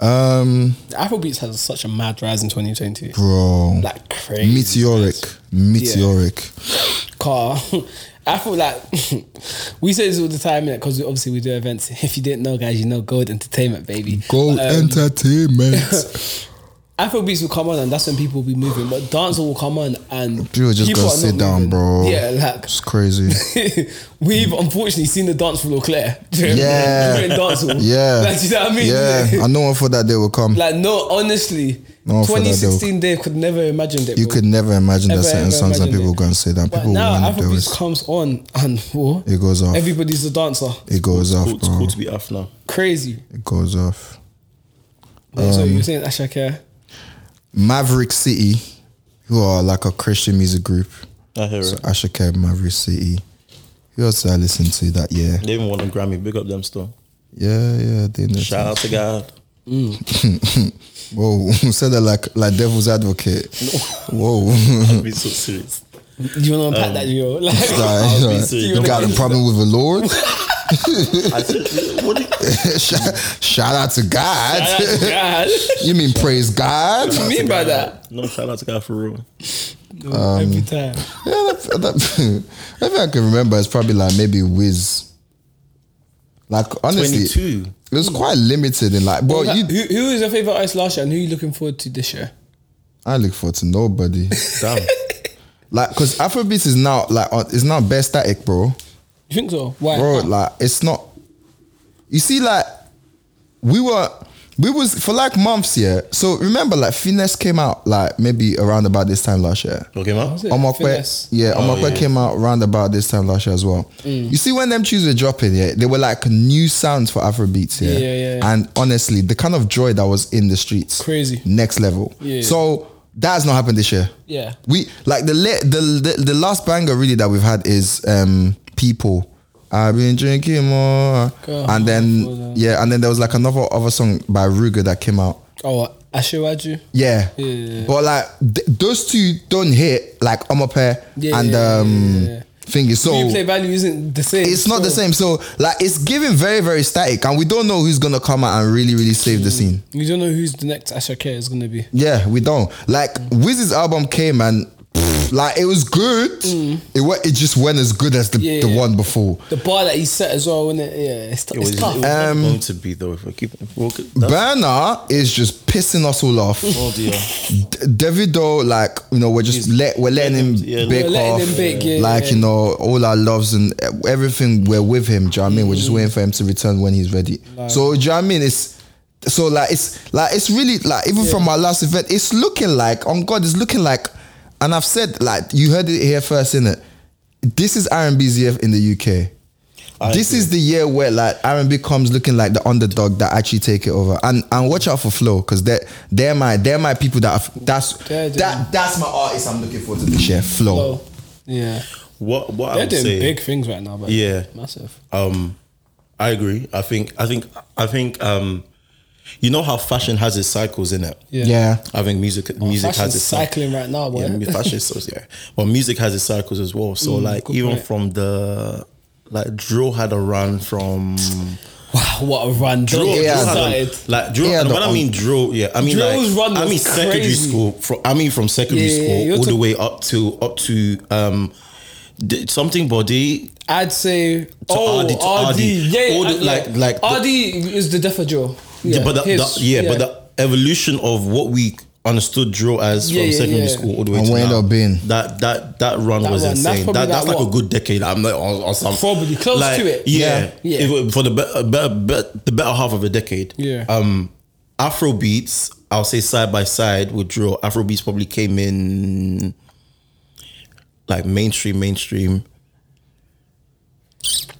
Speaker 2: um,
Speaker 3: Afrobeats has such a mad rise in 2022.
Speaker 2: bro,
Speaker 3: Like crazy.
Speaker 2: meteoric, meteoric.
Speaker 3: Car. I feel like we say this all the time because obviously we do events. If you didn't know, guys, you know Gold Entertainment, baby.
Speaker 2: Gold
Speaker 3: Um,
Speaker 2: entertainment.
Speaker 3: I Afro beats um, will come on, and that's when people will be moving. But dancer will come on, and
Speaker 2: People are just gonna
Speaker 3: not
Speaker 2: sit down, bro.
Speaker 3: Yeah, like
Speaker 2: It's crazy.
Speaker 3: we've unfortunately seen the dance floor clear. during-
Speaker 2: Yeah.
Speaker 3: during dance hall.
Speaker 2: Yeah.
Speaker 3: like, do you know what I mean?
Speaker 2: Yeah. I know one for that day will come.
Speaker 3: like no, honestly,
Speaker 2: No, for that, they
Speaker 3: 2016 they could never imagine it.
Speaker 2: you
Speaker 3: bro.
Speaker 2: could never imagine that
Speaker 3: Ever,
Speaker 2: certain
Speaker 3: ever
Speaker 2: songs that
Speaker 3: imagine
Speaker 2: people
Speaker 3: it.
Speaker 2: go and say that.
Speaker 3: But
Speaker 2: People
Speaker 3: now
Speaker 2: will do
Speaker 3: Afrobeats
Speaker 2: it.
Speaker 3: comes on, and whoa,
Speaker 2: It goes off.
Speaker 3: everybody's a dancer.
Speaker 2: It goes off,
Speaker 4: Cool, it's
Speaker 2: bro.
Speaker 4: cool to be off now.
Speaker 3: Crazy.
Speaker 2: It goes off.
Speaker 3: so
Speaker 2: Um,
Speaker 3: you're saying Ashaka?
Speaker 2: Maverick City, who are like a Christian music group.
Speaker 4: I hear
Speaker 2: So
Speaker 4: it.
Speaker 2: Ashake, Maverick City. Who else did I listen to that year?
Speaker 4: They even won a Grammy. Big up them still.
Speaker 2: Yeah, yeah. They know
Speaker 4: Shout out to God.
Speaker 2: Whoa, said that like like devil's advocate. Whoa.
Speaker 4: I'll be so serious.
Speaker 3: You wanna unpack that, yo? Like, Oh,
Speaker 2: Like,
Speaker 4: I'll be
Speaker 2: like,
Speaker 4: serious.
Speaker 2: you got a problem with the Lord?
Speaker 4: I said, what do you,
Speaker 2: shout, shout out to God.
Speaker 3: God,
Speaker 2: you mean praise God?
Speaker 3: what do you mean by that?
Speaker 4: no, shout out to God for real.
Speaker 2: Um,
Speaker 3: Every time.
Speaker 2: Yeah, that, that, I think I can remember. It's probably like maybe Wiz. Like honestly,
Speaker 4: 22.
Speaker 2: it was quite limited in like. But
Speaker 3: Who
Speaker 2: you,
Speaker 3: who is your favorite artist last year, and who you looking forward to this year?
Speaker 2: I look forward to nobody.
Speaker 4: Damn.
Speaker 2: like, cause Afrobeat is now like uh, it's now bare static, bro.
Speaker 3: You think so? Why?
Speaker 2: bro. Like it's not. You see, like we were, we was for like months, yeah. So remember, like Finesse came out like maybe around about this time last year.
Speaker 4: Okay, man.
Speaker 3: Was it
Speaker 2: Omakwe,
Speaker 3: Finesse?
Speaker 2: yeah,
Speaker 4: Oh,
Speaker 2: Omakwe
Speaker 4: yeah.
Speaker 2: came out round about this time last year as well.
Speaker 3: Mm.
Speaker 2: You see, when them tunes were dropping, yeah, they were like new sounds for Afrobeats, yeah?
Speaker 3: Yeah, yeah, yeah.
Speaker 2: And honestly, the kind of joy that was in the streets,
Speaker 3: Crazy.
Speaker 2: next level.
Speaker 3: Yeah.
Speaker 2: So that has not happened this year.
Speaker 3: Yeah.
Speaker 2: We like the la- the, the the last banger really that we've had is um people. I've been drinking more,
Speaker 3: Go
Speaker 2: and then
Speaker 3: home for
Speaker 2: yeah, and then there was like another other song by Ruger that came out.
Speaker 3: Oh, Ashewaju.
Speaker 2: Yeah.
Speaker 3: Yeah.
Speaker 2: But like th- those two don't hit like I'm up here
Speaker 3: Yeah,
Speaker 2: and
Speaker 3: yeah,
Speaker 2: um
Speaker 3: yeah, yeah.
Speaker 2: thingy. So
Speaker 3: Replay value isn't the same.
Speaker 2: it's not the
Speaker 3: so
Speaker 2: same. So like it's giving very very static, and we don't know who's gonna come out and really really save the
Speaker 3: Mm.
Speaker 2: scene.
Speaker 3: You don't know who's the next Ashaka is gonna be.
Speaker 2: Yeah, we don't. Like Wiz's album came and. pff, Like it was good. It wa- it just went as good as the,
Speaker 3: Mm. Yeah,
Speaker 2: the
Speaker 3: yeah.
Speaker 2: one before.
Speaker 3: The bar that he set as well, isn't it? Yeah, it's,
Speaker 4: It
Speaker 3: it's
Speaker 4: was, it
Speaker 3: tough.
Speaker 4: was
Speaker 2: Um,
Speaker 4: going to be though. If we keep, if we'll, that's,
Speaker 2: Burner is just pissing us all off.
Speaker 4: oh dear.
Speaker 2: D- Davido, like you know, we're just let we're letting him
Speaker 4: yeah, we're
Speaker 2: bake
Speaker 3: letting
Speaker 2: off,
Speaker 3: him bake, yeah,
Speaker 2: like
Speaker 3: yeah.
Speaker 2: you know, all our loves and everything. We're with him. Do you know what I mean? We're just
Speaker 3: Mm.
Speaker 2: waiting for him to return when he's ready. so do you know what I mean? It's so like it's like it's really like even from our last event, it's looking like on God, it's looking like, and I've said like you heard it here first, innit? This is R and B's year in the UK.
Speaker 4: I
Speaker 2: this
Speaker 4: agree.
Speaker 2: is the year where like R&B comes looking like the underdog that actually take it over, and and watch out for Flow because they they're my they're my people that have, that's
Speaker 3: They're doing-
Speaker 2: that that's my artist I'm looking forward to this year. Flow,
Speaker 3: So, yeah,
Speaker 4: what what I
Speaker 3: they're
Speaker 4: would
Speaker 3: doing
Speaker 4: say.
Speaker 3: big things right now, but
Speaker 4: Yeah.
Speaker 3: massive.
Speaker 4: Um, I agree. I think. I think. I think. Um, you know how fashion has its cycles in it.
Speaker 3: Yeah.
Speaker 2: yeah.
Speaker 4: I think music music has
Speaker 3: Fashion's
Speaker 4: its cycle.
Speaker 3: cycling right now, boy. Mm,
Speaker 4: Yeah, mu- fashion is so yeah. But music has its cycles as well. So like
Speaker 3: good
Speaker 4: even
Speaker 3: point.
Speaker 4: from the like drill had a run from
Speaker 3: wow, what a run! Don't
Speaker 4: drill,
Speaker 3: get
Speaker 2: yeah,
Speaker 4: drill had a-
Speaker 3: started.
Speaker 4: like drill.
Speaker 2: Yeah, um,
Speaker 4: and
Speaker 2: the-
Speaker 4: when I mean drill, yeah, I mean
Speaker 3: Drill's
Speaker 4: like
Speaker 3: run
Speaker 4: I
Speaker 3: was
Speaker 4: mean secondary
Speaker 3: crazy.
Speaker 4: school. From I mean from secondary
Speaker 3: Yeah, yeah, yeah,
Speaker 4: school
Speaker 3: you're
Speaker 4: all the
Speaker 3: talk-
Speaker 4: way up to up to um d- something body.
Speaker 3: I'd say oh,
Speaker 4: Ardi,
Speaker 3: RD,
Speaker 4: to Ardi.
Speaker 3: yeah,
Speaker 4: All the-
Speaker 3: I'd- yeah.
Speaker 4: like- like the-
Speaker 3: RD is the death of Joe.
Speaker 4: Yeah, but the,
Speaker 3: his-
Speaker 4: the, yeah, but the evolution of what we understood drill as
Speaker 3: Yeah,
Speaker 4: from
Speaker 3: yeah,
Speaker 4: secondary
Speaker 3: yeah.
Speaker 4: school all the way
Speaker 2: And
Speaker 4: to
Speaker 2: where
Speaker 4: now,
Speaker 2: they've been.
Speaker 4: that that that run
Speaker 3: That
Speaker 4: was
Speaker 3: run, that's
Speaker 4: insane.
Speaker 3: probably
Speaker 4: that, that's
Speaker 3: like
Speaker 4: like a
Speaker 3: what?
Speaker 4: good decade. I'm not on, on some
Speaker 3: Probably close
Speaker 4: like,
Speaker 3: to it.
Speaker 4: Yeah,
Speaker 3: Yeah.
Speaker 4: If it- for the better, better, better, the better half of a decade.
Speaker 3: Yeah.
Speaker 4: Um, Afro beats, I'll say side by side with drill. Afro beats probably came in like mainstream, mainstream.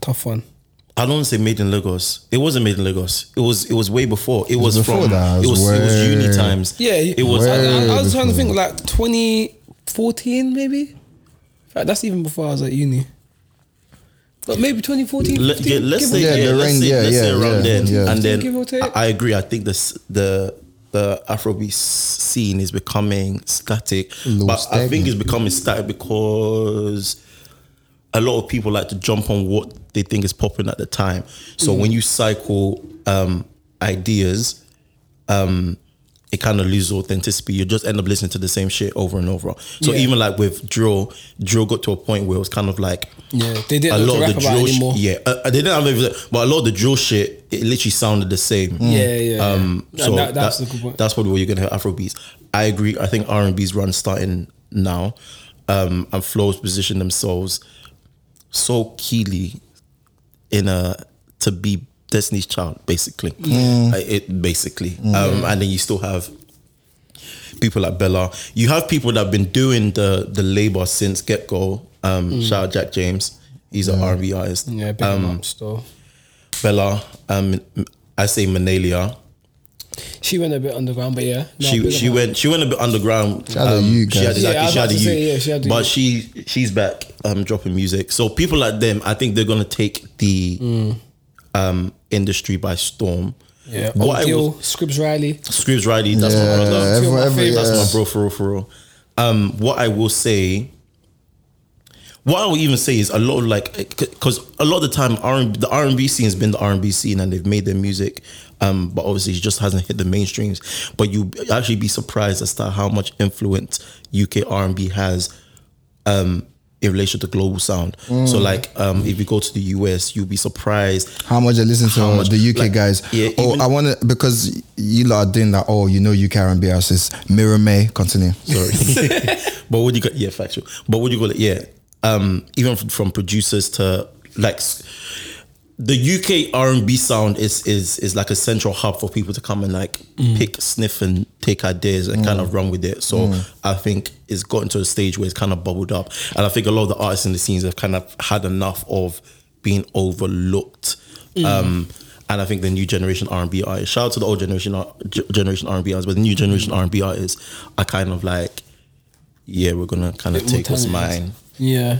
Speaker 3: tough one.
Speaker 4: I don't say made in Lagos. It wasn't made in Lagos. It was it was way before. It was,
Speaker 2: before
Speaker 4: from
Speaker 2: that. It
Speaker 4: it
Speaker 2: was
Speaker 4: was it was
Speaker 2: way-
Speaker 4: uni times.
Speaker 3: Yeah,
Speaker 4: it was.
Speaker 3: I, I- I was
Speaker 2: Way
Speaker 3: trying to think like 2014 maybe. In fact, that's even before I was at uni. But maybe 2014.
Speaker 4: Let,
Speaker 3: 15,
Speaker 4: yeah, let's
Speaker 3: give
Speaker 4: say
Speaker 3: or
Speaker 4: yeah,
Speaker 3: take.
Speaker 2: the
Speaker 4: let's
Speaker 2: range,
Speaker 4: say,
Speaker 2: yeah,
Speaker 4: let's say
Speaker 2: yeah,
Speaker 4: around
Speaker 2: yeah,
Speaker 4: then,
Speaker 2: yeah.
Speaker 4: and
Speaker 3: Give or
Speaker 4: then
Speaker 3: take.
Speaker 4: I, I agree. I think this the the Afrobeat scene is becoming static,
Speaker 2: Low
Speaker 4: but I think
Speaker 2: stagnant.
Speaker 4: it's becoming static because a lot of people like to jump on what they think is popping at the time.
Speaker 3: Mm.
Speaker 4: So when you cycle um, ideas, um, it kind of loses authenticity. You just end up listening to the same shit over and over. So
Speaker 3: Yeah.
Speaker 4: even like with drill, drill got to a point where it was kind of like
Speaker 3: Yeah, they didn't know to rap about
Speaker 4: drill
Speaker 3: anymore.
Speaker 4: Shit, yeah, uh, they didn't have everything, but a lot of the drill shit it literally sounded the same.
Speaker 3: Yeah, yeah, yeah.
Speaker 4: Um,
Speaker 3: No,
Speaker 4: so
Speaker 3: that- that's
Speaker 4: that-
Speaker 3: a good point.
Speaker 4: that's probably where you're gonna have Afro beats. I agree. I think R and B's run starting now, um, and flows position themselves so keenly in a to be Destiny's Child, basically. Uh, It basically, um, and then you still have people like Bella. You have people that have been doing the the labor since get go. Um, Shout out Jack James. He's an R&B artist.
Speaker 3: Mm. Yeah, big
Speaker 4: um,
Speaker 3: up still.
Speaker 4: Bella. Um, I say Manalia.
Speaker 3: She went a bit underground, but yeah. no,
Speaker 4: she
Speaker 3: big
Speaker 4: she
Speaker 3: up.
Speaker 4: went she went a bit underground. um,
Speaker 2: She had a U,
Speaker 4: she had,
Speaker 2: guys.
Speaker 3: Yeah, I
Speaker 4: exactly, she had a
Speaker 3: was about to
Speaker 4: U.
Speaker 3: say, yeah, she had a
Speaker 4: but
Speaker 3: U.
Speaker 4: she she's back um, dropping music. So people like them, I think they're gonna take the um, industry by storm.
Speaker 3: Mm. Yeah.
Speaker 4: What I
Speaker 3: Gil,
Speaker 4: was,
Speaker 3: Scribs Riley.
Speaker 4: Scribs Riley, that's my
Speaker 2: Yeah,
Speaker 4: brother.
Speaker 2: every-
Speaker 3: my
Speaker 2: every-
Speaker 4: That's
Speaker 3: favorites.
Speaker 2: yeah.
Speaker 4: my bro for real, for real. Um, what I will say, what I will even say is a lot of like, because a lot of the time, R the R and B scene has been the R and B scene, and they've made their music, um, but obviously it just hasn't hit the mainstreams. But you actually be surprised as to how much influence UK R and B has um, in relation to global sound. So
Speaker 2: Mm.
Speaker 4: like, um, if you go to the US, you'll be surprised.
Speaker 2: How much I listen to
Speaker 4: How much-
Speaker 2: the UK
Speaker 4: like,
Speaker 2: guys.
Speaker 4: yeah,
Speaker 2: oh,
Speaker 4: even-
Speaker 2: I want to, because you lot are doing that. Oh, you know UK R&B artists. Mirror May, continue.
Speaker 4: Sorry. but what do you call yeah, factual. But what do you call it? Yeah. Um, even f- from producers to like s- the UK R and B sound is is is like a central hub for people to come and like pick, sniff and take ideas and kind of run with it. So I think it's gotten to a stage where it's kind of bubbled up. And I think a lot of the artists in the scenes have kind of had enough of being overlooked. Um and I think the new generation R and B artists. Shout out to the old generation R- g- generation R and B artists, but the new generation R and B artists are kind of like, yeah, we're gonna kind of
Speaker 3: more
Speaker 4: take what's
Speaker 3: talented.
Speaker 4: mine.
Speaker 3: Yeah.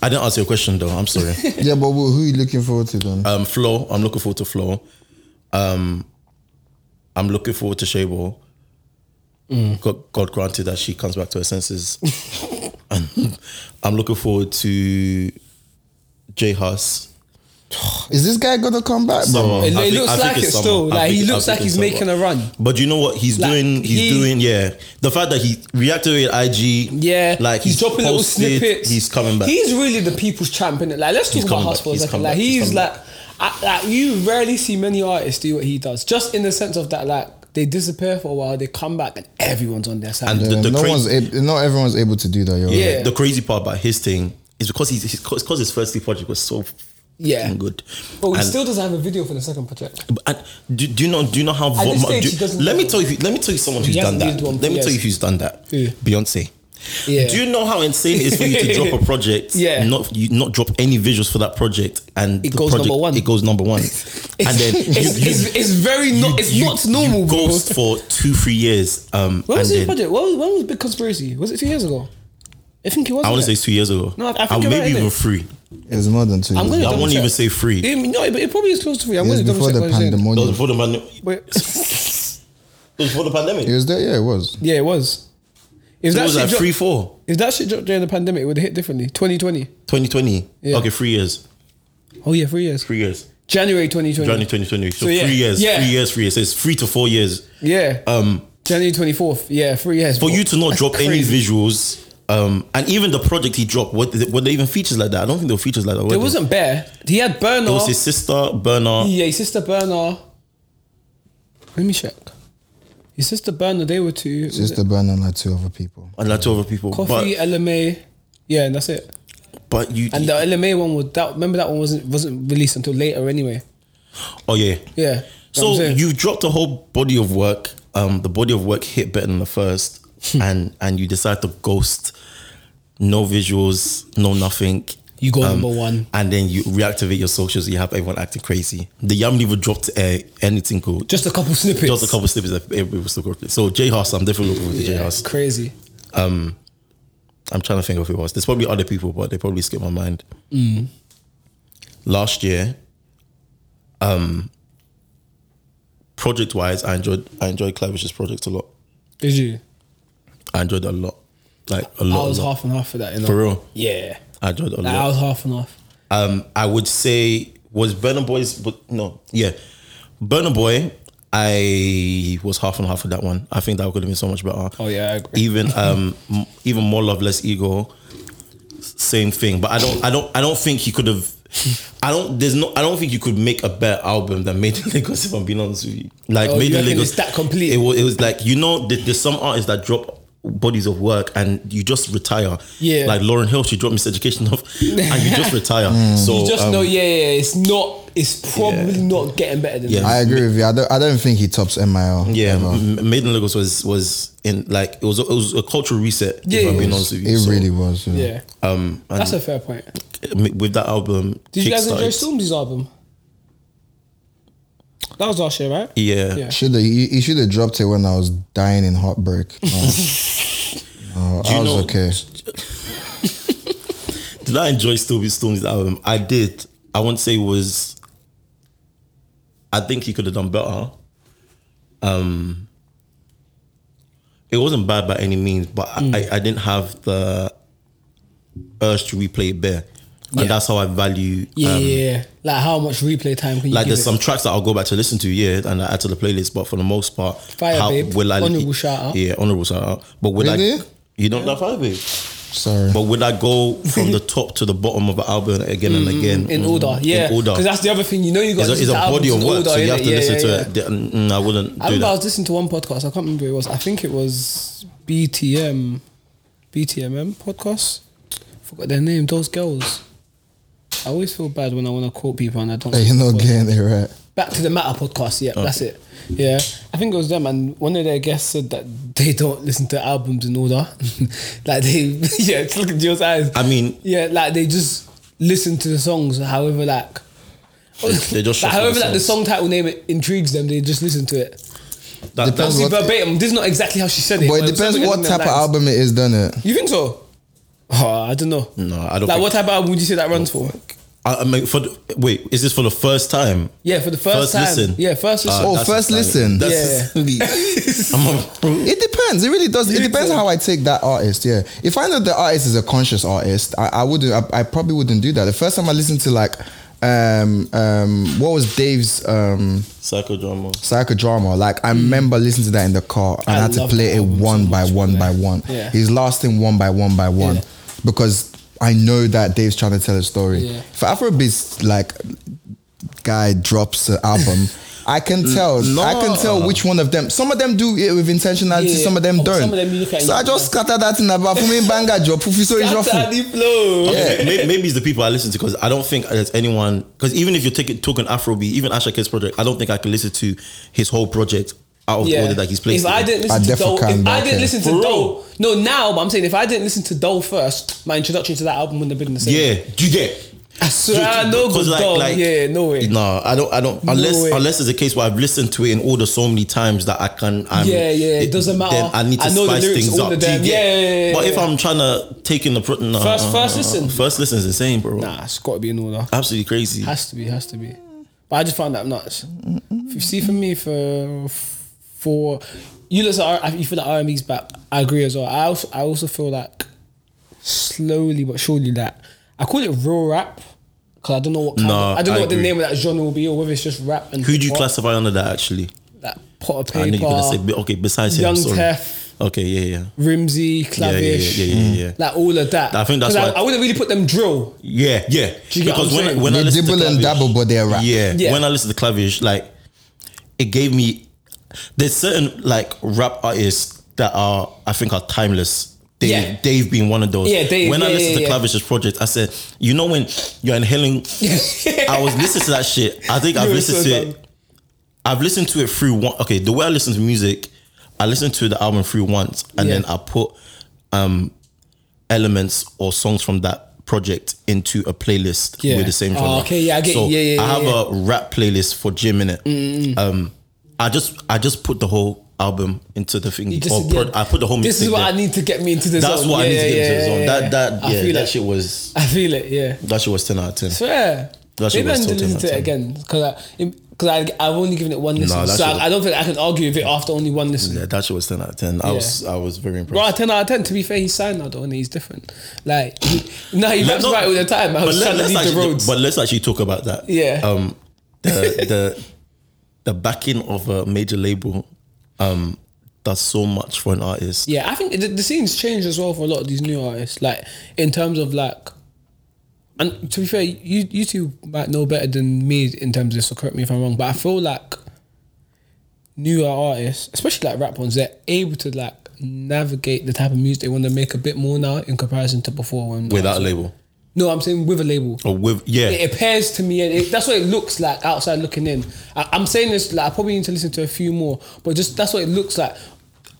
Speaker 4: I didn't answer your question though. I'm sorry.
Speaker 2: yeah, but who who are you looking forward to then?
Speaker 4: um, Flo, I'm looking forward to Flo. Um, I'm looking forward to Shabo.
Speaker 3: Mm.
Speaker 4: God, God granted that she comes back to her senses. I'm looking forward to J Huss.
Speaker 2: Is this guy gonna come back, bro?
Speaker 4: Summer.
Speaker 3: It,
Speaker 4: I
Speaker 3: it
Speaker 4: think-
Speaker 3: looks
Speaker 4: I think
Speaker 3: like
Speaker 4: it's
Speaker 3: it
Speaker 4: summer.
Speaker 3: still.
Speaker 4: I
Speaker 3: Like, he
Speaker 4: think- I
Speaker 3: looks
Speaker 4: think
Speaker 3: like he's
Speaker 4: it's summer.
Speaker 3: making a run.
Speaker 4: But you know what he's
Speaker 3: Like,
Speaker 4: doing? He's
Speaker 3: he-
Speaker 4: doing yeah. The fact that he reactivated IG,
Speaker 3: Yeah,
Speaker 4: like
Speaker 3: he's, dropping little
Speaker 4: posted,
Speaker 3: snippets.
Speaker 4: He's coming back.
Speaker 3: He's really the people's champ in it. Like, let's talk
Speaker 4: He's
Speaker 3: about
Speaker 4: coming
Speaker 3: Hus
Speaker 4: back,
Speaker 3: for a
Speaker 4: he's
Speaker 3: second.
Speaker 4: coming
Speaker 3: Like,
Speaker 4: back, he's
Speaker 3: he's
Speaker 4: coming
Speaker 3: like, I, like you rarely see many artists do what he does, just in the sense of that, like they disappear for a while, they come back, and everyone's on their side.
Speaker 4: And
Speaker 2: Yeah,
Speaker 4: the
Speaker 2: no
Speaker 4: cra-
Speaker 2: one's ab- not everyone's able to do that. Yo.
Speaker 3: Yeah.
Speaker 4: the crazy part about his thing is because he's, he's cause 'cause his first three project was so
Speaker 3: yeah,
Speaker 4: f***ing good.
Speaker 3: but he
Speaker 4: And-
Speaker 3: still doesn't have a video for the second project.
Speaker 4: And do, do you know? Do you know how?
Speaker 3: this
Speaker 4: mu-
Speaker 3: stage,
Speaker 4: do-
Speaker 3: he doesn't
Speaker 4: let me
Speaker 3: know.
Speaker 4: tell you. Let me tell you someone who's
Speaker 3: He
Speaker 4: done
Speaker 3: hasn't
Speaker 4: that.
Speaker 3: did one for
Speaker 4: Let me tell you
Speaker 3: years.
Speaker 4: who's done that.
Speaker 3: Who?
Speaker 4: Beyonce.
Speaker 3: Yeah.
Speaker 4: Do you know how insane it is for you to drop a project?
Speaker 3: Yeah.
Speaker 4: Not you not drop any visuals for that project, and
Speaker 3: It
Speaker 4: the
Speaker 3: goes
Speaker 4: project-
Speaker 3: number one.
Speaker 4: It goes number one, and then you,
Speaker 3: it's,
Speaker 4: you-
Speaker 3: it's, it's very not. it's
Speaker 4: you-
Speaker 3: not normal,
Speaker 4: You
Speaker 3: bro.
Speaker 4: ghost for two, three years. Um, and
Speaker 3: When was his
Speaker 4: then-
Speaker 3: project? What was, when was Big Conspiracy? Was it two years ago? I think it was.
Speaker 4: I want to
Speaker 3: wasn't
Speaker 4: say
Speaker 3: it?
Speaker 4: it's two years ago.
Speaker 3: No, I- I think
Speaker 4: Uh,
Speaker 3: you're
Speaker 4: maybe
Speaker 3: right, innit?
Speaker 4: even three.
Speaker 2: It was more than two.
Speaker 3: I'm
Speaker 2: years.
Speaker 3: gonna
Speaker 4: I
Speaker 3: double
Speaker 4: won't
Speaker 3: check.
Speaker 4: even say three.
Speaker 3: It- no, it, it probably is close to three. I'm
Speaker 2: It was
Speaker 3: going to double
Speaker 2: before
Speaker 3: check.
Speaker 2: the
Speaker 3: what he's saying.
Speaker 4: That was
Speaker 2: pandemonium.
Speaker 4: before the pandemic.
Speaker 3: Wait.
Speaker 4: It was before the pandemic.
Speaker 2: It was there. Yeah, it was.
Speaker 3: Yeah, it was. If
Speaker 4: It
Speaker 3: that,
Speaker 4: was
Speaker 3: shit
Speaker 4: like
Speaker 3: dropped-
Speaker 4: three, four.
Speaker 3: if that shit dropped during the pandemic, it would have hit differently. 2020.
Speaker 4: 2020.
Speaker 3: Yeah.
Speaker 4: Okay, three years.
Speaker 3: Oh, yeah, three years.
Speaker 4: Three years.
Speaker 3: January 2020.
Speaker 4: January 2020. So,
Speaker 3: So, yeah.
Speaker 4: three years.
Speaker 3: Yeah.
Speaker 4: Three years, three years. So it's three to four years.
Speaker 3: Yeah.
Speaker 4: Um,
Speaker 3: January 24th. Yeah, three years.
Speaker 4: for you to not drop any visuals, um, and even the project he dropped, what were they even features like that? I don't think there were features like that. were
Speaker 3: There
Speaker 4: There
Speaker 3: wasn't Bear. He had Burner.
Speaker 4: It was his sister, Bernard.
Speaker 3: yeah, his sister Burner. Let me check. His sister Burner, they were two. was
Speaker 2: Just
Speaker 3: it
Speaker 2: the burn and like two other people.
Speaker 4: and like two other people.
Speaker 3: Coffee, LMA. Yeah, and that's it.
Speaker 4: But, but you.
Speaker 3: And the LMA one was that. Remember that one wasn't wasn't released until later anyway.
Speaker 4: oh, yeah.
Speaker 3: Yeah. know what I'm
Speaker 4: So
Speaker 3: saying?
Speaker 4: you dropped a whole body of work. Um, the body of work hit better than the first, and and you decide to ghost, no visuals, no nothing. Um,
Speaker 3: You go number one.
Speaker 4: and then you reactivate your socials. You have everyone acting crazy. The Yam never dropped uh, anything cool.
Speaker 3: just a couple snippets.
Speaker 4: Just a couple of snippets that it was still good. So J House, I'm definitely looking for the J
Speaker 3: Yeah,
Speaker 4: House.
Speaker 3: crazy.
Speaker 4: I'm trying to think of who else. There's probably other people, but they probably skip my mind.
Speaker 3: Mm.
Speaker 4: Last year, um, project wise, I enjoyed I enjoyed Clavish's project a lot.
Speaker 3: Did you?
Speaker 4: I enjoyed it a lot, like a lot.
Speaker 3: I was
Speaker 4: a lot.
Speaker 3: half and half for that. You know?
Speaker 4: for real.
Speaker 3: Yeah.
Speaker 4: I enjoyed it a
Speaker 3: Like, I
Speaker 4: lot.
Speaker 3: was half and half.
Speaker 4: Um, I would say was Burner Boy's, but no, yeah, Burner Boy. I was half and half of that one. I think that could have been so much better.
Speaker 3: Oh, yeah, I agree.
Speaker 4: Even um, m- even more love, less ego. Same thing, but I don't, I don't, I don't think he could have I don't. There's no. I don't think you could make a better album than Made in Lagos. If I'm being honest with you, like
Speaker 3: Oh,
Speaker 4: Made
Speaker 3: you
Speaker 4: in
Speaker 3: reckon
Speaker 4: Lagos,
Speaker 3: it's that complete?
Speaker 4: It was. It was like you know, there- there's some artists that drop bodies of work and you just retire.
Speaker 3: Yeah.
Speaker 4: Like Lauren Hill, she dropped Miseducation off, and you just retire. So
Speaker 3: Mm. You just
Speaker 4: um,
Speaker 3: know, yeah, yeah, it's not. It's probably
Speaker 4: Yeah.
Speaker 3: not getting better than
Speaker 4: Yeah.
Speaker 3: that.
Speaker 2: I agree with you. I don't. I don't think he tops MIL.
Speaker 4: Yeah,
Speaker 2: ever.
Speaker 4: M- M- Made in Lagos was was in like it was a, it was a cultural reset.
Speaker 3: Yeah,
Speaker 4: if I'm
Speaker 3: it
Speaker 4: being
Speaker 3: was.
Speaker 4: honest with you,
Speaker 2: it
Speaker 4: So,
Speaker 2: really was. Yeah.
Speaker 3: Yeah,
Speaker 4: Um, and
Speaker 3: that's a fair point.
Speaker 4: with that album,
Speaker 3: Did you guys enjoy
Speaker 4: kickstarted-
Speaker 3: Stormzy's album? That was last year, right?
Speaker 4: Yeah, Um,
Speaker 3: Yeah.
Speaker 2: Should have. He, he should have dropped it when I was dying in heartbreak. No. No,
Speaker 4: you
Speaker 2: I was
Speaker 4: know-
Speaker 2: okay.
Speaker 4: Did I enjoy Stormy Storm's album? I did. I wouldn't say it was. I think he could have done better. Um, it wasn't bad by any means, but
Speaker 3: Mm.
Speaker 4: I, I didn't have the urge to replay it bare, and that's how I value.
Speaker 3: Yeah,
Speaker 4: um,
Speaker 3: yeah, yeah. Like how much replay time can you
Speaker 4: Like
Speaker 3: give
Speaker 4: there's
Speaker 3: it?
Speaker 4: some tracks that I'll go back to listen to, yeah, and I add to the playlist. But for the most part,
Speaker 3: Fire Babe, honourable shout out.
Speaker 4: Yeah, honorable shout out. But would
Speaker 2: Really?
Speaker 4: I? You don't love Fire Babe?
Speaker 2: Sorry.
Speaker 4: But would I go from the top to the bottom of an album again and again?
Speaker 3: in
Speaker 4: Mm,
Speaker 3: order, yeah,
Speaker 4: In order.
Speaker 3: because that's the other thing. You know, you got
Speaker 4: It's a, it's a body of work, so you have to listen to it. The- mm, I wouldn't
Speaker 3: I
Speaker 4: do
Speaker 3: remember I
Speaker 4: that.
Speaker 3: was listening to one podcast. I can't remember who it was. I think it was BTM, BTMM podcast. Forgot their name. Those girls. I always feel bad when I want to quote people and I don't.
Speaker 2: Hey, you're not getting it right.
Speaker 3: Back to the Matter podcast. Yeah,
Speaker 4: Oh.
Speaker 3: that's it. Yeah, I think it was them, and one of their guests said that they don't listen to albums in order. like they, yeah, just look at Joe's eyes.
Speaker 4: I mean,
Speaker 3: yeah, like they just listen to the songs. However, like,
Speaker 4: they just
Speaker 3: like
Speaker 4: shuffle
Speaker 3: however,
Speaker 4: the
Speaker 3: like the
Speaker 4: songs.
Speaker 3: song title name intrigues them. They just listen to it.
Speaker 4: that,
Speaker 2: Depends
Speaker 4: that's
Speaker 3: See,
Speaker 2: what-
Speaker 3: verbatim. This is not exactly how she said it.
Speaker 2: But it
Speaker 3: I'm
Speaker 2: depends
Speaker 3: saying
Speaker 2: what
Speaker 3: in
Speaker 2: type of
Speaker 3: lines.
Speaker 2: album it is, doesn't it?
Speaker 3: You think so? Oh, I don't know.
Speaker 4: no, Ah, I don't.
Speaker 3: Like,
Speaker 4: think,
Speaker 3: what type of album would you say that runs for?
Speaker 4: I, I mean, for the, wait, is this for the first time?
Speaker 3: Yeah, for the
Speaker 4: First
Speaker 3: first, time.
Speaker 4: listen.
Speaker 3: Yeah, first listen.
Speaker 2: Oh,
Speaker 4: that's
Speaker 2: first
Speaker 4: just like-
Speaker 2: listen.
Speaker 4: That's
Speaker 3: Yeah.
Speaker 4: just- Uh, I'm a-
Speaker 2: It depends. It really does. It depends how I take that artist. Yeah. If I know the artist is a conscious artist, I, I wouldn't. I, I probably wouldn't do that. The first time I listened to like, um, um, what was Dave's um
Speaker 4: psychodrama.
Speaker 2: psychodrama? Like I remember listening to that in the car and I,
Speaker 3: Mm. I
Speaker 2: had to
Speaker 3: love
Speaker 2: play
Speaker 3: that
Speaker 2: it
Speaker 3: album
Speaker 2: one
Speaker 3: so
Speaker 2: by
Speaker 3: much,
Speaker 2: one
Speaker 3: man.
Speaker 2: by one.
Speaker 3: Yeah.
Speaker 2: He's lasting one by one by one
Speaker 3: Yeah.
Speaker 2: because I know that Dave's trying to tell a story.
Speaker 3: Yeah.
Speaker 2: If Afrobeats like guy drops an album. I can tell. I can tell which one of them. Some of them do it with intentionality.
Speaker 3: Yeah.
Speaker 2: Some of them
Speaker 3: Oh,
Speaker 2: don't.
Speaker 3: some of them you look at
Speaker 2: so
Speaker 3: it,
Speaker 2: I just
Speaker 3: yeah.
Speaker 2: scatter that in about for me banga job. Fufi so is
Speaker 3: That's how
Speaker 2: ruffle.
Speaker 3: they flow.
Speaker 4: May- may- Maybe it's the people I listen to because I don't think there's anyone. Because even if you take it, talking Afrobeat, even Asha Kid's project, I don't think I can listen to his whole project out of order that he's placed.
Speaker 3: If
Speaker 4: it
Speaker 3: I
Speaker 4: in.
Speaker 3: didn't
Speaker 2: I
Speaker 3: listen to
Speaker 2: definitely
Speaker 3: Dole,
Speaker 2: can
Speaker 3: if I
Speaker 2: back
Speaker 3: didn't
Speaker 2: it.
Speaker 3: listen
Speaker 4: For
Speaker 3: to
Speaker 4: real.
Speaker 3: Dole, no, now, but I'm saying if I didn't listen to Dole first, my introduction to that album wouldn't have been the same.
Speaker 4: yeah, do you get?
Speaker 3: I swear, no
Speaker 4: Because
Speaker 3: good Dole. yeah, no way.
Speaker 4: No, I don't. I don't. Unless
Speaker 3: way.
Speaker 4: unless it's a case where I've listened to it in order so many times that I can. I'm,
Speaker 3: Yeah, yeah, it doesn't matter.
Speaker 4: Then I need to
Speaker 3: I know the
Speaker 4: spice
Speaker 3: lyrics,
Speaker 4: things
Speaker 3: all
Speaker 4: up.
Speaker 3: of
Speaker 4: do you
Speaker 3: them.
Speaker 4: get?
Speaker 3: Yeah, yeah, yeah,
Speaker 4: But if
Speaker 3: yeah.
Speaker 4: I'm trying to take in the pro- no,
Speaker 3: First- first listen.
Speaker 4: first listen is insane, bro.
Speaker 3: Nah, it's got to be in order.
Speaker 4: Absolutely crazy.
Speaker 3: Has to be, has to be. But I just found that nuts. If you see, for me, for for you listen, to R- you feel that RME's back. I agree as well. I also, I also feel like slowly but surely that I call it raw rap because I don't know what kind
Speaker 4: Nah,
Speaker 3: of, I don't know
Speaker 4: I
Speaker 3: what the
Speaker 4: agree.
Speaker 3: name of that genre will be or whether it's just rap and
Speaker 4: Who do you
Speaker 3: hip-hop,
Speaker 4: classify under that? Actually,
Speaker 3: That pot of paper.
Speaker 4: I knew you were gonna say. bi- Okay, besides
Speaker 3: Young
Speaker 4: him, sorry.
Speaker 3: Tef.
Speaker 4: Okay, yeah, yeah.
Speaker 3: Rimsey,
Speaker 4: Yeah, yeah,
Speaker 3: Clavish,
Speaker 4: yeah, yeah, yeah, yeah.
Speaker 3: like all of that.
Speaker 4: I think that's
Speaker 3: 'Cause
Speaker 4: why-
Speaker 3: I, wouldn't really put them drill.
Speaker 4: Yeah, yeah.
Speaker 3: Do you get
Speaker 4: because
Speaker 3: what
Speaker 4: when,
Speaker 3: I'm saying?
Speaker 4: I, when I
Speaker 2: They
Speaker 4: listen to
Speaker 2: dibble and
Speaker 4: Clavish-
Speaker 2: dabble, but they're rap.
Speaker 4: Yeah.
Speaker 3: Yeah.
Speaker 4: When I listen to Clavish, like it gave me there's certain like rap artists that are I think are timeless. Dave,
Speaker 3: Yeah.
Speaker 4: Dave being one of those.
Speaker 3: Yeah, Dave,
Speaker 4: when I
Speaker 3: yeah,
Speaker 4: listened
Speaker 3: yeah,
Speaker 4: to
Speaker 3: yeah.
Speaker 4: Clavish's project, I said, you know when you're inhaling I was listening to that shit. I think I've
Speaker 3: were
Speaker 4: listened
Speaker 3: so
Speaker 4: to
Speaker 3: dumb.
Speaker 4: it. I've listened to it through one okay, the way I listen to music, I listen to the album through once and
Speaker 3: Yeah.
Speaker 4: then I put um elements or songs from that project into a playlist
Speaker 3: Yeah.
Speaker 4: with the same
Speaker 3: Oh,
Speaker 4: genre.
Speaker 3: okay, yeah, I get
Speaker 4: so
Speaker 3: you. Yeah, yeah,
Speaker 4: I
Speaker 3: yeah,
Speaker 4: have
Speaker 3: yeah. Mm,
Speaker 4: a rap playlist for gym in it. Um, I just I just put the whole album into the thing.
Speaker 3: Just,
Speaker 4: or pro-
Speaker 3: yeah,
Speaker 4: I put the whole.
Speaker 3: This is
Speaker 4: mixtape
Speaker 3: what
Speaker 4: there.
Speaker 3: I need to get me into the
Speaker 4: That's
Speaker 3: zone.
Speaker 4: what I
Speaker 3: Yeah,
Speaker 4: need to get
Speaker 3: yeah,
Speaker 4: into the zone.
Speaker 3: yeah, yeah.
Speaker 4: That that
Speaker 3: I
Speaker 4: yeah,
Speaker 3: feel
Speaker 4: that
Speaker 3: it.
Speaker 4: shit was
Speaker 3: I feel it. Yeah.
Speaker 4: that shit was ten out of ten.
Speaker 3: swear.
Speaker 4: That shit
Speaker 3: Maybe I
Speaker 4: was
Speaker 3: need to
Speaker 4: tilting
Speaker 3: listen to
Speaker 4: that
Speaker 3: it again because I because I I've only given it one listen,
Speaker 4: that
Speaker 3: so
Speaker 4: shit was-
Speaker 3: I, I don't think I can argue with it after only one listen.
Speaker 4: Yeah, that shit was ten out of ten. I
Speaker 3: Yeah.
Speaker 4: was I was very impressed.
Speaker 3: Bro, ten out of ten. To be fair, he's signed now though, and he's different. Like, he, no, he raps
Speaker 4: No,
Speaker 3: right all the time. I
Speaker 4: but
Speaker 3: was
Speaker 4: let-
Speaker 3: trying to
Speaker 4: let's
Speaker 3: leave the
Speaker 4: actually-
Speaker 3: roads.
Speaker 4: But let's actually talk about that.
Speaker 3: Yeah.
Speaker 4: Um, the the the backing of a major label, um, does so much for an artist.
Speaker 3: yeah, I think the, the scene's changed as well for a lot of these new artists. Like in terms of like and to be fair, you you two might know better than me in terms of this. So correct me if I'm wrong, but I feel like newer artists, especially like rap ones, they're able to like navigate the type of music they want to make a bit more now in comparison to before. When
Speaker 4: without a label
Speaker 3: no, I'm saying with a label.
Speaker 4: or Oh, with yeah.
Speaker 3: It appears to me, and it, that's what it looks like outside looking in. I, I'm saying this, like, I probably need to listen to a few more, but just that's what it looks like.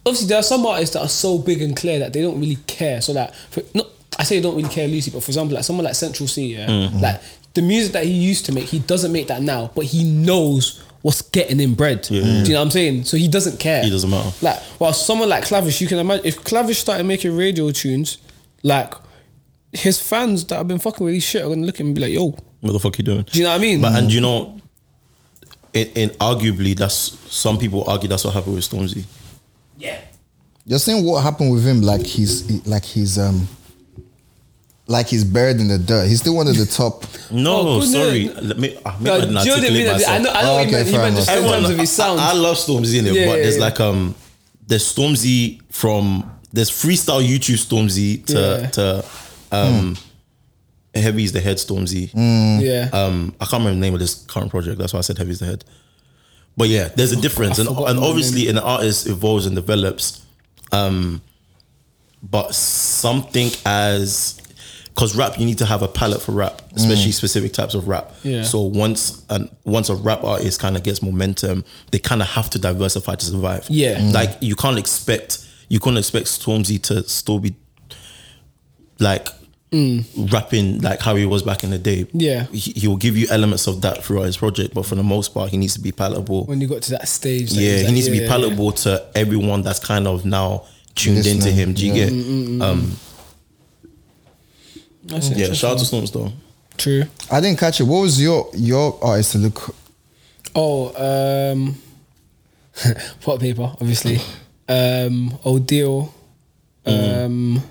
Speaker 3: Obviously, there are some artists that are so big and clear that they don't really care. So, like, for, no, I say they don't really care loosely, but for example, like someone like Central C, yeah, like the music that he used to make, he doesn't make that now, but he knows what's getting him bread. Do you know what I'm saying? So he doesn't care.
Speaker 4: He doesn't matter.
Speaker 3: Like, while someone like Clavish, you can imagine if Clavish started making radio tunes, like his fans that have been fucking with his shit are gonna look at him and be like, "Yo,
Speaker 4: what the fuck you doing?
Speaker 3: do you know what I mean?"
Speaker 4: But and you know, in, in arguably, that's some people argue that's what happened with Stormzy.
Speaker 5: Yeah.
Speaker 2: You're saying what happened with him? Like he's he- like he's um like he's buried in the dirt. He's still one of the top.
Speaker 4: No,
Speaker 3: Oh, goodness.
Speaker 4: sorry, let me I
Speaker 3: No,
Speaker 4: make an
Speaker 3: do you know what I
Speaker 4: articulate
Speaker 3: mean?
Speaker 4: myself.
Speaker 3: I know, I know
Speaker 2: Oh,
Speaker 3: what he
Speaker 2: okay,
Speaker 3: meant. He
Speaker 2: fair
Speaker 3: meant just in
Speaker 2: enough.
Speaker 3: terms of his sound.
Speaker 4: I, I love Stormzy in it,
Speaker 3: Yeah,
Speaker 4: but
Speaker 3: yeah,
Speaker 4: there's
Speaker 3: yeah.
Speaker 4: like um, there's Stormzy from there's freestyle YouTube Stormzy to
Speaker 3: Yeah.
Speaker 4: to um, Heavy's the Head Stormzy.
Speaker 3: Mm. yeah,
Speaker 4: Um, I can't remember the name of this current project. That's why I said Heavy's the Head. But yeah, there's a difference, and
Speaker 3: forgot
Speaker 4: and
Speaker 3: the
Speaker 4: obviously, an artist evolves and develops. Um, but something as because rap, you need to have a palette for rap, especially specific types of rap.
Speaker 3: Mm. Yeah.
Speaker 4: So once and once a rap artist kind of gets momentum, they kind of have to diversify to survive.
Speaker 3: Yeah. Mm.
Speaker 4: like you can't expect you can't expect Stormzy to still be like rapping like how he was back in the day.
Speaker 3: Mm. Yeah.
Speaker 4: he, he will give you elements of that throughout his project, but for the most part, he needs to be palatable
Speaker 3: when you got to that stage, like,
Speaker 4: yeah,
Speaker 3: he's
Speaker 4: he
Speaker 3: like,
Speaker 4: needs to
Speaker 3: yeah,
Speaker 4: be
Speaker 3: yeah,
Speaker 4: palatable to everyone that's kind of now tuned
Speaker 2: Listening,
Speaker 4: into him. Do you
Speaker 2: yeah. Mm,
Speaker 4: get? Um,
Speaker 3: yeah. That's
Speaker 4: yeah,
Speaker 3: interesting.
Speaker 4: shout out to Storms though.
Speaker 3: True.
Speaker 2: I didn't catch it. What was your your artist to look?
Speaker 3: Oh, um, pot paper, obviously. Um, Odile.
Speaker 4: Mm.
Speaker 3: Um,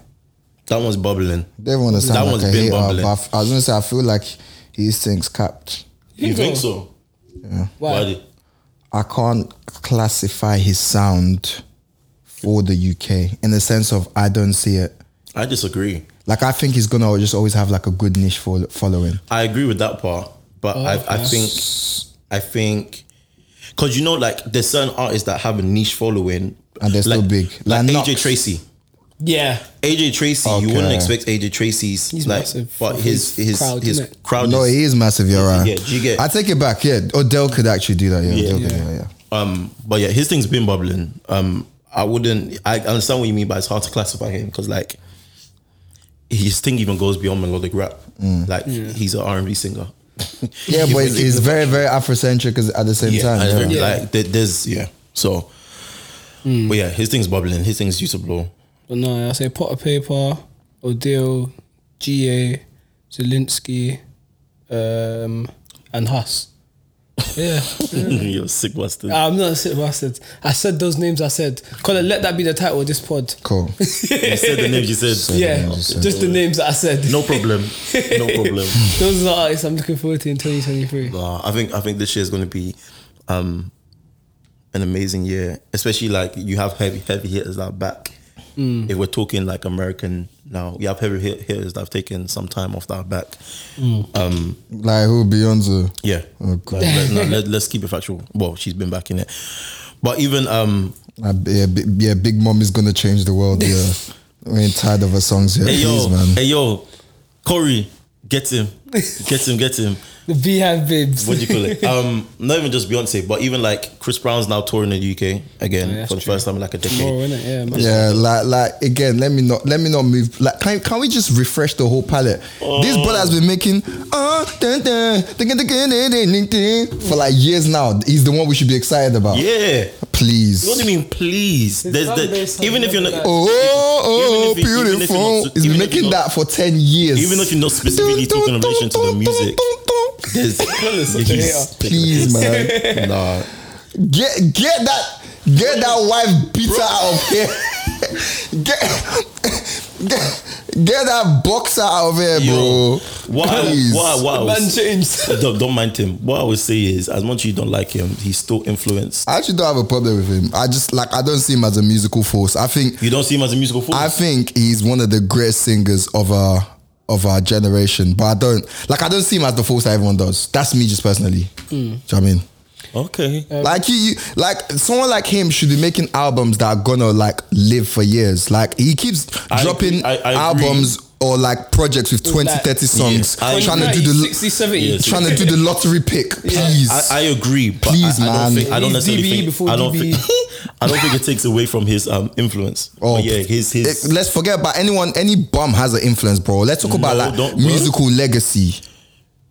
Speaker 4: That one's bubbling.
Speaker 2: They want to
Speaker 4: That
Speaker 2: sound
Speaker 4: one's
Speaker 2: like a
Speaker 4: been
Speaker 2: hater,
Speaker 4: bubbling.
Speaker 2: but I f- I was gonna say I feel like his things capped.
Speaker 4: You think so?
Speaker 3: Why?
Speaker 4: Why?
Speaker 2: I can't classify his sound for the UK in the sense of I don't see it.
Speaker 4: I disagree.
Speaker 2: Like I think he's gonna just always have like a good niche fol- following.
Speaker 4: I agree with that part, but I, I
Speaker 3: okay.
Speaker 4: think I think because you know, like there's certain artists that have a niche following
Speaker 2: And they're still big.
Speaker 4: like,
Speaker 2: Like
Speaker 4: AJ
Speaker 2: Knox.
Speaker 4: Tracy.
Speaker 3: Yeah.
Speaker 4: AJ Tracy, you wouldn't
Speaker 2: Okay.
Speaker 4: expect AJ Tracy's
Speaker 3: He's
Speaker 4: like,
Speaker 3: massive
Speaker 4: but
Speaker 3: for
Speaker 4: his
Speaker 3: his
Speaker 4: his
Speaker 3: crowd,
Speaker 4: his
Speaker 3: innit?
Speaker 4: crowd.
Speaker 2: No,
Speaker 4: is-
Speaker 2: he is massive. You're right.
Speaker 4: Yeah, do you get-
Speaker 2: I take it back. Yeah, Odell could actually do that. Yeah, Odell could do
Speaker 3: Yeah.
Speaker 2: that, yeah.
Speaker 4: Um, but yeah, his thing's been bubbling. Um, I wouldn't. I understand what you mean, but it's hard to classify him because like his thing even goes beyond melodic rap. Like he's an R and B singer.
Speaker 2: Mm. Yeah, but it's, it's very, very Afrocentric as- at the same
Speaker 4: yeah,
Speaker 2: time.
Speaker 4: and it's very,
Speaker 2: yeah.
Speaker 3: Yeah. Mm.
Speaker 4: like there- there's yeah. So, but yeah, his thing's bubbling. His thing's due to blow.
Speaker 3: But no, I say pot of paper, Odile, GA, Zelinsky, um, and Huss. Yeah.
Speaker 4: You're a sick bastard.
Speaker 3: I'm not a sick bastard. I said those names. I said, Colin, let that be the title of this pod.
Speaker 2: Cool.
Speaker 4: you said the names you said.
Speaker 3: Yeah,
Speaker 2: names, so-
Speaker 3: just the names that I said.
Speaker 4: No problem. No problem.
Speaker 3: Those are the artists I'm looking forward to in 2023.
Speaker 4: Nah, I think I think this year is going to be um, an amazing year, especially like you have heavy heavy hitters that are back.
Speaker 3: Mm.
Speaker 4: If we're talking like American now, you have heavy hit- hitters that have taken some time off that are back.
Speaker 3: Mm.
Speaker 4: Um,
Speaker 2: like who Beyonce?
Speaker 4: yeah,
Speaker 2: Okay.
Speaker 4: Like, let, let, us keep it factual. Well, she's been back in it, but even um,
Speaker 2: Uh, yeah, big, yeah, Big Mom is gonna change the world. Yeah, we ain't tired of her songs here, please,
Speaker 4: hey yo,
Speaker 2: man.
Speaker 4: hey yo, Corey, get him, get him, get him.
Speaker 3: The Beehive Babes.
Speaker 4: What do you call it? Um, not even just Beyonce, but even like Chris Brown's now touring in the UK again
Speaker 3: Oh, yeah,
Speaker 4: for the
Speaker 3: that's true.
Speaker 4: first time in like a decade.
Speaker 3: Tomorrow, innit? Yeah, man.
Speaker 2: Yeah, like like again, let me not let me not move. Like, can, can we just refresh the whole palette? This brother has been making uh, dun, dun, dun, dun, dun, dun, dun, dun, for like years now. He's the one we should be excited about.
Speaker 4: Yeah.
Speaker 2: Please.
Speaker 4: What do you mean, please? There's
Speaker 3: fan
Speaker 4: the,
Speaker 3: base
Speaker 4: even if you're not,
Speaker 2: Oh, oh,
Speaker 4: Even if you- even if you're
Speaker 2: beautiful.
Speaker 4: not-
Speaker 2: He's
Speaker 4: even
Speaker 2: been
Speaker 4: if you're
Speaker 2: making
Speaker 4: not-
Speaker 2: that for 10 years.
Speaker 4: even if you're not specifically talking in relation to the music, there's
Speaker 2: Please, man.
Speaker 4: man. Nah,
Speaker 2: Get get that get that wife beater out of here. Get, get get that boxer out of here,
Speaker 4: yo,
Speaker 2: bro.
Speaker 4: what, I,
Speaker 2: Please.
Speaker 4: what, I- what I
Speaker 3: Man
Speaker 4: was, uh,
Speaker 3: changed.
Speaker 4: don't, don't mind him. What I would say is, as much as you don't like him, he's still influenced.
Speaker 2: I actually don't have a problem with him. I just like I don't see him as a musical force. I think
Speaker 4: You don't see him as a musical force.
Speaker 2: I think he's one of the greatest singers of our of our generation, but I don't like. I don't see him as the force that everyone does. That's me, just personally. Do you know what I mean?
Speaker 4: Okay.
Speaker 2: like you, you, like someone like him should be making albums that are gonna like live for years. Like he keeps
Speaker 4: I
Speaker 2: dropping
Speaker 4: agree. I- I
Speaker 2: albums or like projects with 20,
Speaker 3: like-
Speaker 2: 30 songs,
Speaker 4: Yeah. I
Speaker 2: trying to
Speaker 3: agree.
Speaker 2: do the
Speaker 3: 60, 70.
Speaker 4: Yeah,
Speaker 2: trying to do the lottery pick, please.
Speaker 4: I, I agree, but
Speaker 2: Please,
Speaker 4: I, I
Speaker 2: man.
Speaker 4: don't think I don't
Speaker 3: Leave
Speaker 4: necessarily
Speaker 3: DBE
Speaker 4: think
Speaker 3: before E.
Speaker 4: I don't
Speaker 3: DBE.
Speaker 4: think I don't think it takes away from his um influence.
Speaker 2: Oh,
Speaker 4: Oh yeah, his his
Speaker 2: Eh, let's forget about anyone. Any bum has an influence, bro. Let's talk about
Speaker 4: No,
Speaker 2: like
Speaker 4: don't, bro.
Speaker 2: musical legacy.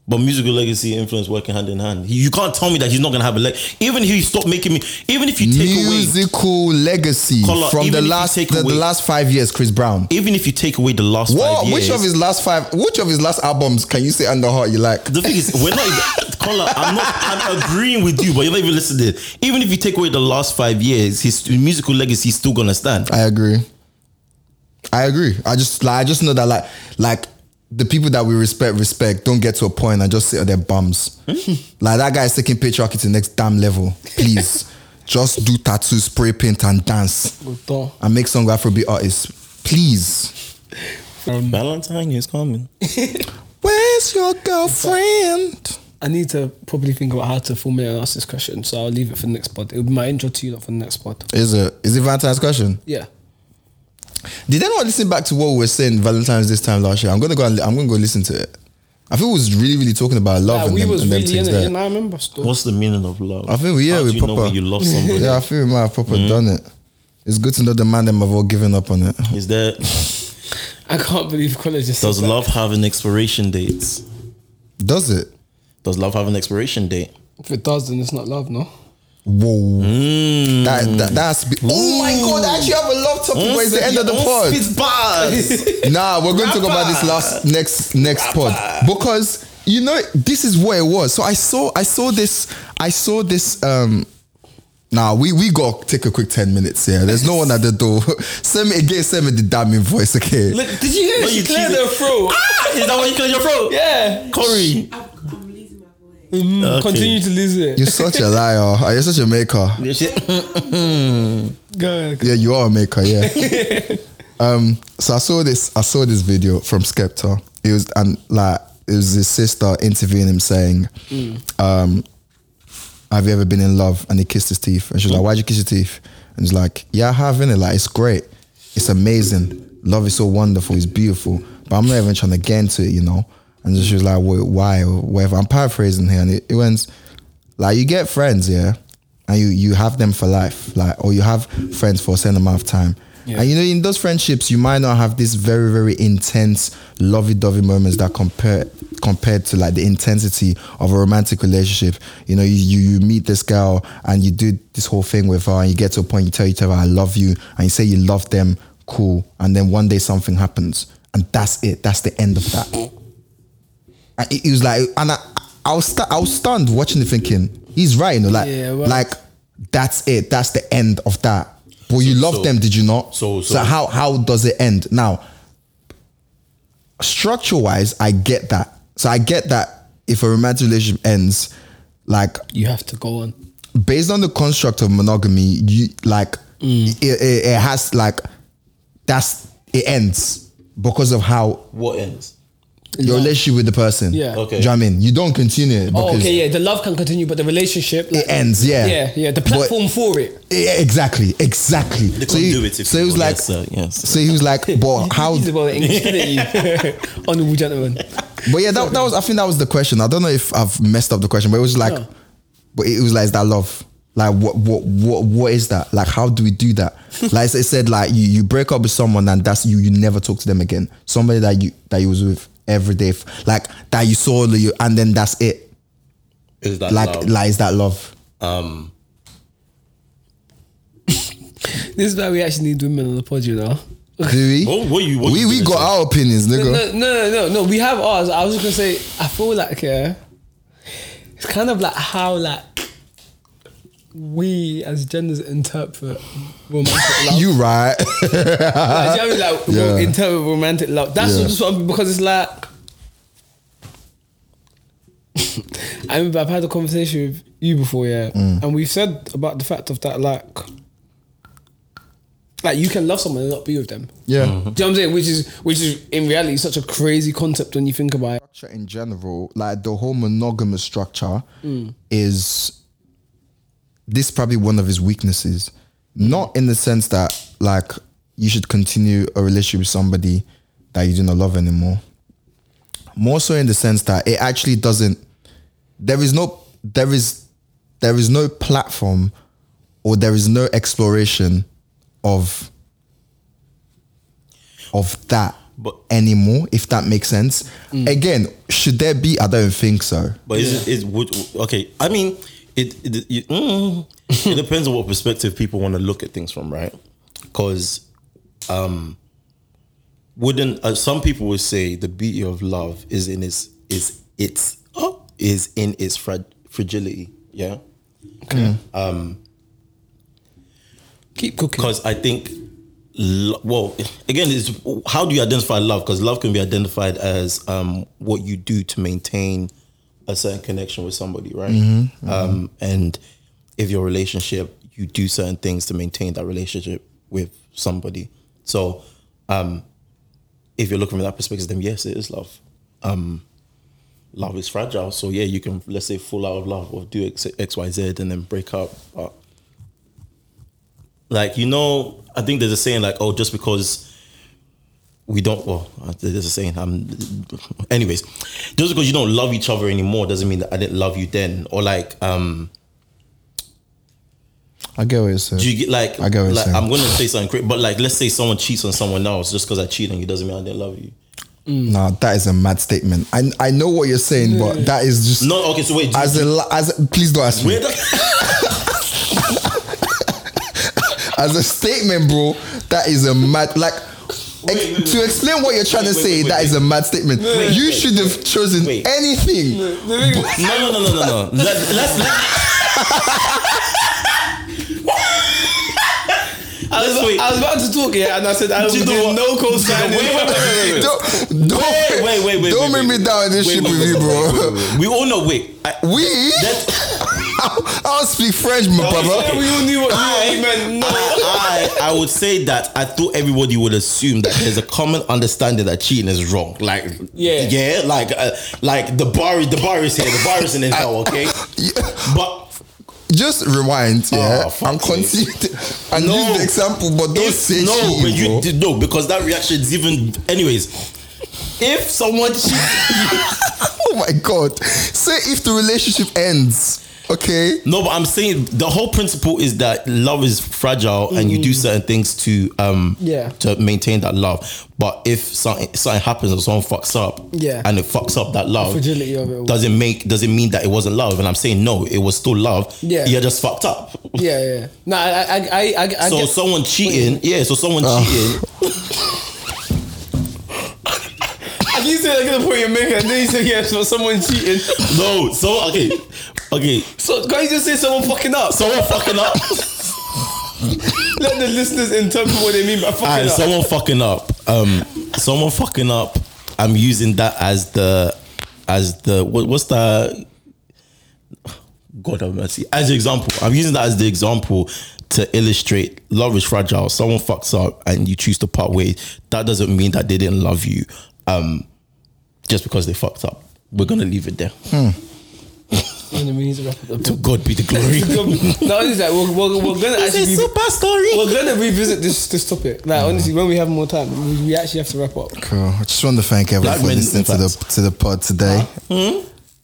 Speaker 4: But musical legacy and influence working hand in hand. You can't tell me that he's not gonna have a leg. Even if you stop making me, even if you take away,
Speaker 2: musical legacy
Speaker 4: Colour,
Speaker 2: from
Speaker 4: even
Speaker 2: the
Speaker 4: if you
Speaker 2: last the,
Speaker 4: take
Speaker 2: the
Speaker 4: away-
Speaker 2: last five years. Chris Brown.
Speaker 4: even if you take away the last
Speaker 2: What?
Speaker 4: five years,
Speaker 2: Which of his last five? Which of his last albums can you say under heart you like?
Speaker 4: the thing is, we're not. even- Collar, I'm not. I'm agreeing with you, but you're not even listening. Even if you take away the last five years, his musical legacy is still gonna stand.
Speaker 2: I agree. I agree. I just like I just know that like like the people that we respect respect don't get to a point and just sit on their bums.
Speaker 4: Hmm.
Speaker 2: like that guy is taking patriarchy to the next damn level. Please, just do tattoo, spray paint, and dance,
Speaker 3: Don't.
Speaker 2: and make some Afrobeat artists. Please.
Speaker 4: Valentine is coming.
Speaker 2: Where's your girlfriend?
Speaker 3: I need to probably think about how to formulate and ask this question, so I'll leave it for the next pod. It'll be my intro to you, not for the next pod.
Speaker 2: Is it is it Valentine's question?
Speaker 3: Yeah.
Speaker 2: Did anyone listen back to what we were saying Valentine's this time last year? I'm gonna go. And, I'm gonna go listen to it. I think we was really really talking about love
Speaker 3: Like,
Speaker 2: and,
Speaker 3: we
Speaker 2: them,
Speaker 3: was
Speaker 2: and them
Speaker 3: really in
Speaker 2: things
Speaker 3: it,
Speaker 2: there.
Speaker 3: and I remember still.
Speaker 4: What's the meaning of love?
Speaker 2: I think we yeah
Speaker 4: How
Speaker 2: we
Speaker 4: do you know
Speaker 2: proper.
Speaker 4: when you love somebody. Mm.
Speaker 2: Yeah, I think we might have proper done it. It's good to know the man them have all given up on it.
Speaker 4: Is there
Speaker 3: I can't believe college is
Speaker 4: does love have an expiration date?
Speaker 2: Does it?
Speaker 4: Does love have an expiration date?
Speaker 3: If it does, then it's not love, no?
Speaker 2: Whoa.
Speaker 4: Mm.
Speaker 2: That, that that's be- oh my god! I actually have a love topic. Where it's the end of the pod? Nah, we're going to talk about this last next next pod because you know this is what it was. So I saw I saw this I saw this um Nah, we we got take a quick ten minutes here. There's no one at the door. send me again. Send me the damning voice. Okay.
Speaker 3: did you hear?
Speaker 4: No, you keep it.
Speaker 3: throat.
Speaker 4: Ah, is that why you cleared your throat?
Speaker 3: Yeah. Mm,
Speaker 4: Corey.
Speaker 5: I'm, I'm losing my voice.
Speaker 4: Okay.
Speaker 3: Continue to lose it.
Speaker 2: You're such a liar. You're such a maker.
Speaker 3: Go ahead.
Speaker 2: Yeah, you are a maker. Yeah. um. So I saw this. I saw this video from Skepta. It was and like it was his sister interviewing him saying, um, "Have you ever been in love?" And he kissed his teeth, and she's like, "Why'd you kiss your teeth?" And he's like, "Yeah, I have in it. Like it's great. It's amazing. Love is so wonderful. It's beautiful. But I'm not even trying to get into it, you know." And she was like, "Wait, "Why?" Or whatever. I'm paraphrasing here, and it, it went like you get friends, yeah, and you you have them for life, like or you have friends for a certain amount of time. And you know, in those friendships, you might not have these very, very intense lovey-dovey moments that compare compared to like the intensity of a romantic relationship. You know, you, you you meet this girl and you do this whole thing with her, and you get to a point you tell each other I love you, and you say you love them, cool. And then one day something happens, and that's it. That's the end of that. And it, it was like, and I, I was stu- I was stunned watching it, thinking he's right, you know, like,
Speaker 3: Yeah, well-
Speaker 2: like that's it, that's the end of that. But you love
Speaker 4: so-
Speaker 2: them, did you not?
Speaker 4: so-
Speaker 2: so
Speaker 4: so-
Speaker 2: how how does it end now? Structure wise, I get that. So I get that if a romantic relationship ends, like
Speaker 3: You have to go on.
Speaker 2: based on the construct of monogamy, you like
Speaker 3: Mm.
Speaker 2: it, it, it has like that's it ends because of how
Speaker 4: What ends?
Speaker 2: your relationship with the person.
Speaker 3: Yeah.
Speaker 2: Do
Speaker 4: Okay.
Speaker 2: you know what I mean? You don't continue it because
Speaker 3: Oh, okay, yeah. The love can continue, but the relationship. Like,
Speaker 2: it ends. Yeah.
Speaker 3: yeah, yeah. The
Speaker 2: But-
Speaker 3: platform for it.
Speaker 2: Yeah, exactly. Exactly.
Speaker 4: They
Speaker 2: so
Speaker 4: can't
Speaker 2: he,
Speaker 4: do it if
Speaker 2: so
Speaker 4: you
Speaker 2: he was
Speaker 4: will,
Speaker 2: like,
Speaker 4: yes, sir, yes.
Speaker 2: so he was like, but Oh, how?
Speaker 3: He's about English, isn't he? Honourable gentleman.
Speaker 2: But yeah, that, that was. I think that was the question. I don't know if I've messed up the question, but it was like,
Speaker 3: No.
Speaker 2: but it was like, is that love? Like, what, what, what, what is that? Like, how do we do that? like I said, like you, you break up with someone and that's you. You never talk to them again. Somebody that you that you was with every day, f- like that you saw, you, and then that's it.
Speaker 4: Is that
Speaker 2: Like,
Speaker 4: love?
Speaker 2: like is that love?
Speaker 4: um
Speaker 3: This is why we actually need women on the pod, you know.
Speaker 2: Do we?
Speaker 4: What- what you- what
Speaker 2: we
Speaker 4: you
Speaker 2: we
Speaker 4: gonna
Speaker 2: got
Speaker 4: say?
Speaker 2: our opinions, nigga.
Speaker 3: No, no, no, no, no. We have ours. I was just gonna say. I feel like yeah, it's kind of like how like we as genders interpret romantic love.
Speaker 2: You right?
Speaker 3: like, do you know what I mean? Like,
Speaker 2: Yeah.
Speaker 3: we'll interpret romantic love. That's
Speaker 2: Yeah.
Speaker 3: just what I'm, because it's like. I remember I've had a conversation
Speaker 2: Mm.
Speaker 3: with you before, yeah, and we've said about the fact of that, like, Like you can love someone and not be with them.
Speaker 2: Yeah.
Speaker 4: Mm-hmm.
Speaker 3: Do you know what I'm saying? Which is which is in reality such a crazy concept when you think about it.
Speaker 2: structure in general, like the whole monogamous structure, is this probably one of his weaknesses. Not in the sense that like you should continue a relationship with somebody that you do not love anymore. More so in the sense that it actually doesn't. There is no there is there is no platform or there is no exploration of of that
Speaker 4: But- Mm.
Speaker 2: anymore, if that makes sense. Again, should there be? I don't think so.
Speaker 4: But is it is would okay? I mean, it it, it, mm, it depends on what perspective people want to look at things from, right? Because um, wouldn't uh, some people would say the beauty of love is in its is its oh, is in its fra- fragility, yeah?
Speaker 3: Keep cooking.
Speaker 4: Because I think, lo- well, again, it's how do you identify love? Because love can be identified as um, what you do to maintain a certain connection with somebody, right? Um, and if your relationship, you do certain things to maintain that relationship with somebody. So, um, if you're looking from that perspective, then yes, it is love. Um, love is fragile, so yeah, you can let's say fall out of love or do X, X Y, Z, and then break up. uh, But like you know i think there's a saying like oh just because we don't well uh, there's a saying um anyways just because you don't love each other anymore doesn't mean that i didn't love you then or like um
Speaker 2: I get what you're saying.
Speaker 4: do you get like
Speaker 2: I get what you're
Speaker 4: like
Speaker 2: saying.
Speaker 4: i'm gonna say something great but like let's say someone cheats on someone else just because i cheat on you doesn't mean i didn't love you
Speaker 2: nah, that is a mad statement. I I know what you're saying, but that is just
Speaker 4: no okay so wait do you-
Speaker 2: as a la- as a, please don't ask me
Speaker 4: wait,
Speaker 2: as a statement, bro. That is a mad like.
Speaker 4: Wait,
Speaker 2: ex-
Speaker 4: wait, wait.
Speaker 2: to explain what you're trying
Speaker 4: Wait,
Speaker 2: to
Speaker 4: wait,
Speaker 2: say,
Speaker 4: wait,
Speaker 2: that
Speaker 4: wait,
Speaker 2: is a mad statement. you
Speaker 4: wait,
Speaker 2: should have chosen
Speaker 4: wait.
Speaker 2: anything.
Speaker 4: no no no no no no Let- let's let's
Speaker 3: I, was,
Speaker 4: Let's wait.
Speaker 3: I was about to talk yeah, and I said I
Speaker 4: Do you
Speaker 3: did
Speaker 4: know what?
Speaker 3: no
Speaker 4: Wait, wait, wait, wait,
Speaker 3: co-sign.
Speaker 4: wait.
Speaker 2: Don't don't
Speaker 4: Wait, wait, wait, wait,
Speaker 2: don't
Speaker 4: wait,
Speaker 2: bring
Speaker 4: wait.
Speaker 2: me down in this
Speaker 4: Wait,
Speaker 2: shit
Speaker 4: wait,
Speaker 2: with
Speaker 4: wait,
Speaker 2: you,
Speaker 4: wait,
Speaker 2: bro.
Speaker 4: wait, wait, wait. We all know. Wait, I,
Speaker 2: We?
Speaker 4: that's,
Speaker 2: I'll speak French, my brother.
Speaker 3: We all knew what you meant. No.
Speaker 4: I, I would say that I thought everybody would assume that there's a common understanding that cheating is wrong. Like,
Speaker 3: Yeah.
Speaker 4: yeah, like, uh, like the bar is the bar is here, the bar is in hell. Okay, but
Speaker 2: Just rewind, yeah,
Speaker 4: fuck
Speaker 2: and
Speaker 4: me.
Speaker 2: continue and
Speaker 4: No.
Speaker 2: use the example, but don't
Speaker 4: if-
Speaker 2: say
Speaker 4: no,
Speaker 2: cheating,
Speaker 4: but you
Speaker 2: bro.
Speaker 4: did- no, because that reaction is even. Anyways, if someone cheats,
Speaker 2: Oh my god! Say if the relationship ends, okay?
Speaker 4: no, but I'm saying the whole principle is that love is fragile, and you do certain things to um
Speaker 3: Mm. Yeah.
Speaker 4: to maintain that love. But if something something happens or someone fucks up,
Speaker 3: Yeah.
Speaker 4: and it fucks up that love,
Speaker 3: fragility of it all.
Speaker 4: does it make does it mean that it wasn't love? And I'm saying no, it was still love.
Speaker 3: Yeah.
Speaker 4: you're just fucked up.
Speaker 3: Yeah, yeah, yeah. No, I, I, I, I, I
Speaker 4: so
Speaker 3: get,
Speaker 4: someone cheating, yeah. So someone cheating,
Speaker 3: I keep saying I get the point you're making, and then you say yes, but someone cheating.
Speaker 4: no. So okay, okay.
Speaker 3: So can't you just say someone fucking up?
Speaker 4: Someone fucking up.
Speaker 3: Let the listeners interpret what they mean by fucking
Speaker 4: Alright,
Speaker 3: up.
Speaker 4: someone fucking up. Um, someone fucking up. I'm using that as the as the what, what's that? God have mercy. As an example, I'm using that as the example to illustrate love is fragile. Someone fucks up and you choose to part ways. That doesn't mean that they didn't love you. Um, just because they fucked up, we're gonna leave it there.
Speaker 3: we need to wrap it up.
Speaker 4: To God be the glory.
Speaker 3: no, it's like we're, we're, we're gonna actually re-
Speaker 4: story.
Speaker 3: we're gonna revisit this this topic. Like honestly, when we have more time, we, we actually have to wrap up.
Speaker 2: Cool. I just want to thank everyone
Speaker 4: Black
Speaker 2: for
Speaker 4: men, in
Speaker 2: listening to the to the pod today.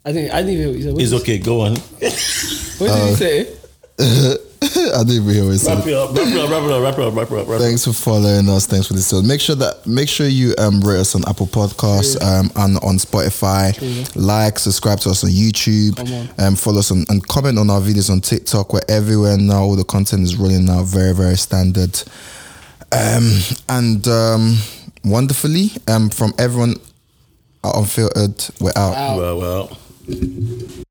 Speaker 3: I think I didn't even hear what you
Speaker 4: It's
Speaker 3: said.
Speaker 4: okay. Go on.
Speaker 3: What did
Speaker 4: uh,
Speaker 3: you say?
Speaker 2: I didn't even hear what he said.
Speaker 4: Wrap it up. Wrap it up. Wrap it up. Wrap it up. Wrap it up. Wrap it up.
Speaker 2: Thanks for following us. Thanks for listening. Make sure that make sure you um rate us on Apple Podcasts um and on Spotify. Like, subscribe to us on YouTube. Um, follow us on, and comment on our videos on TikTok. We're everywhere now. All the content is rolling out. Very very standard. Um and um wonderfully um from everyone out on filtered. We're out.
Speaker 4: Well, well.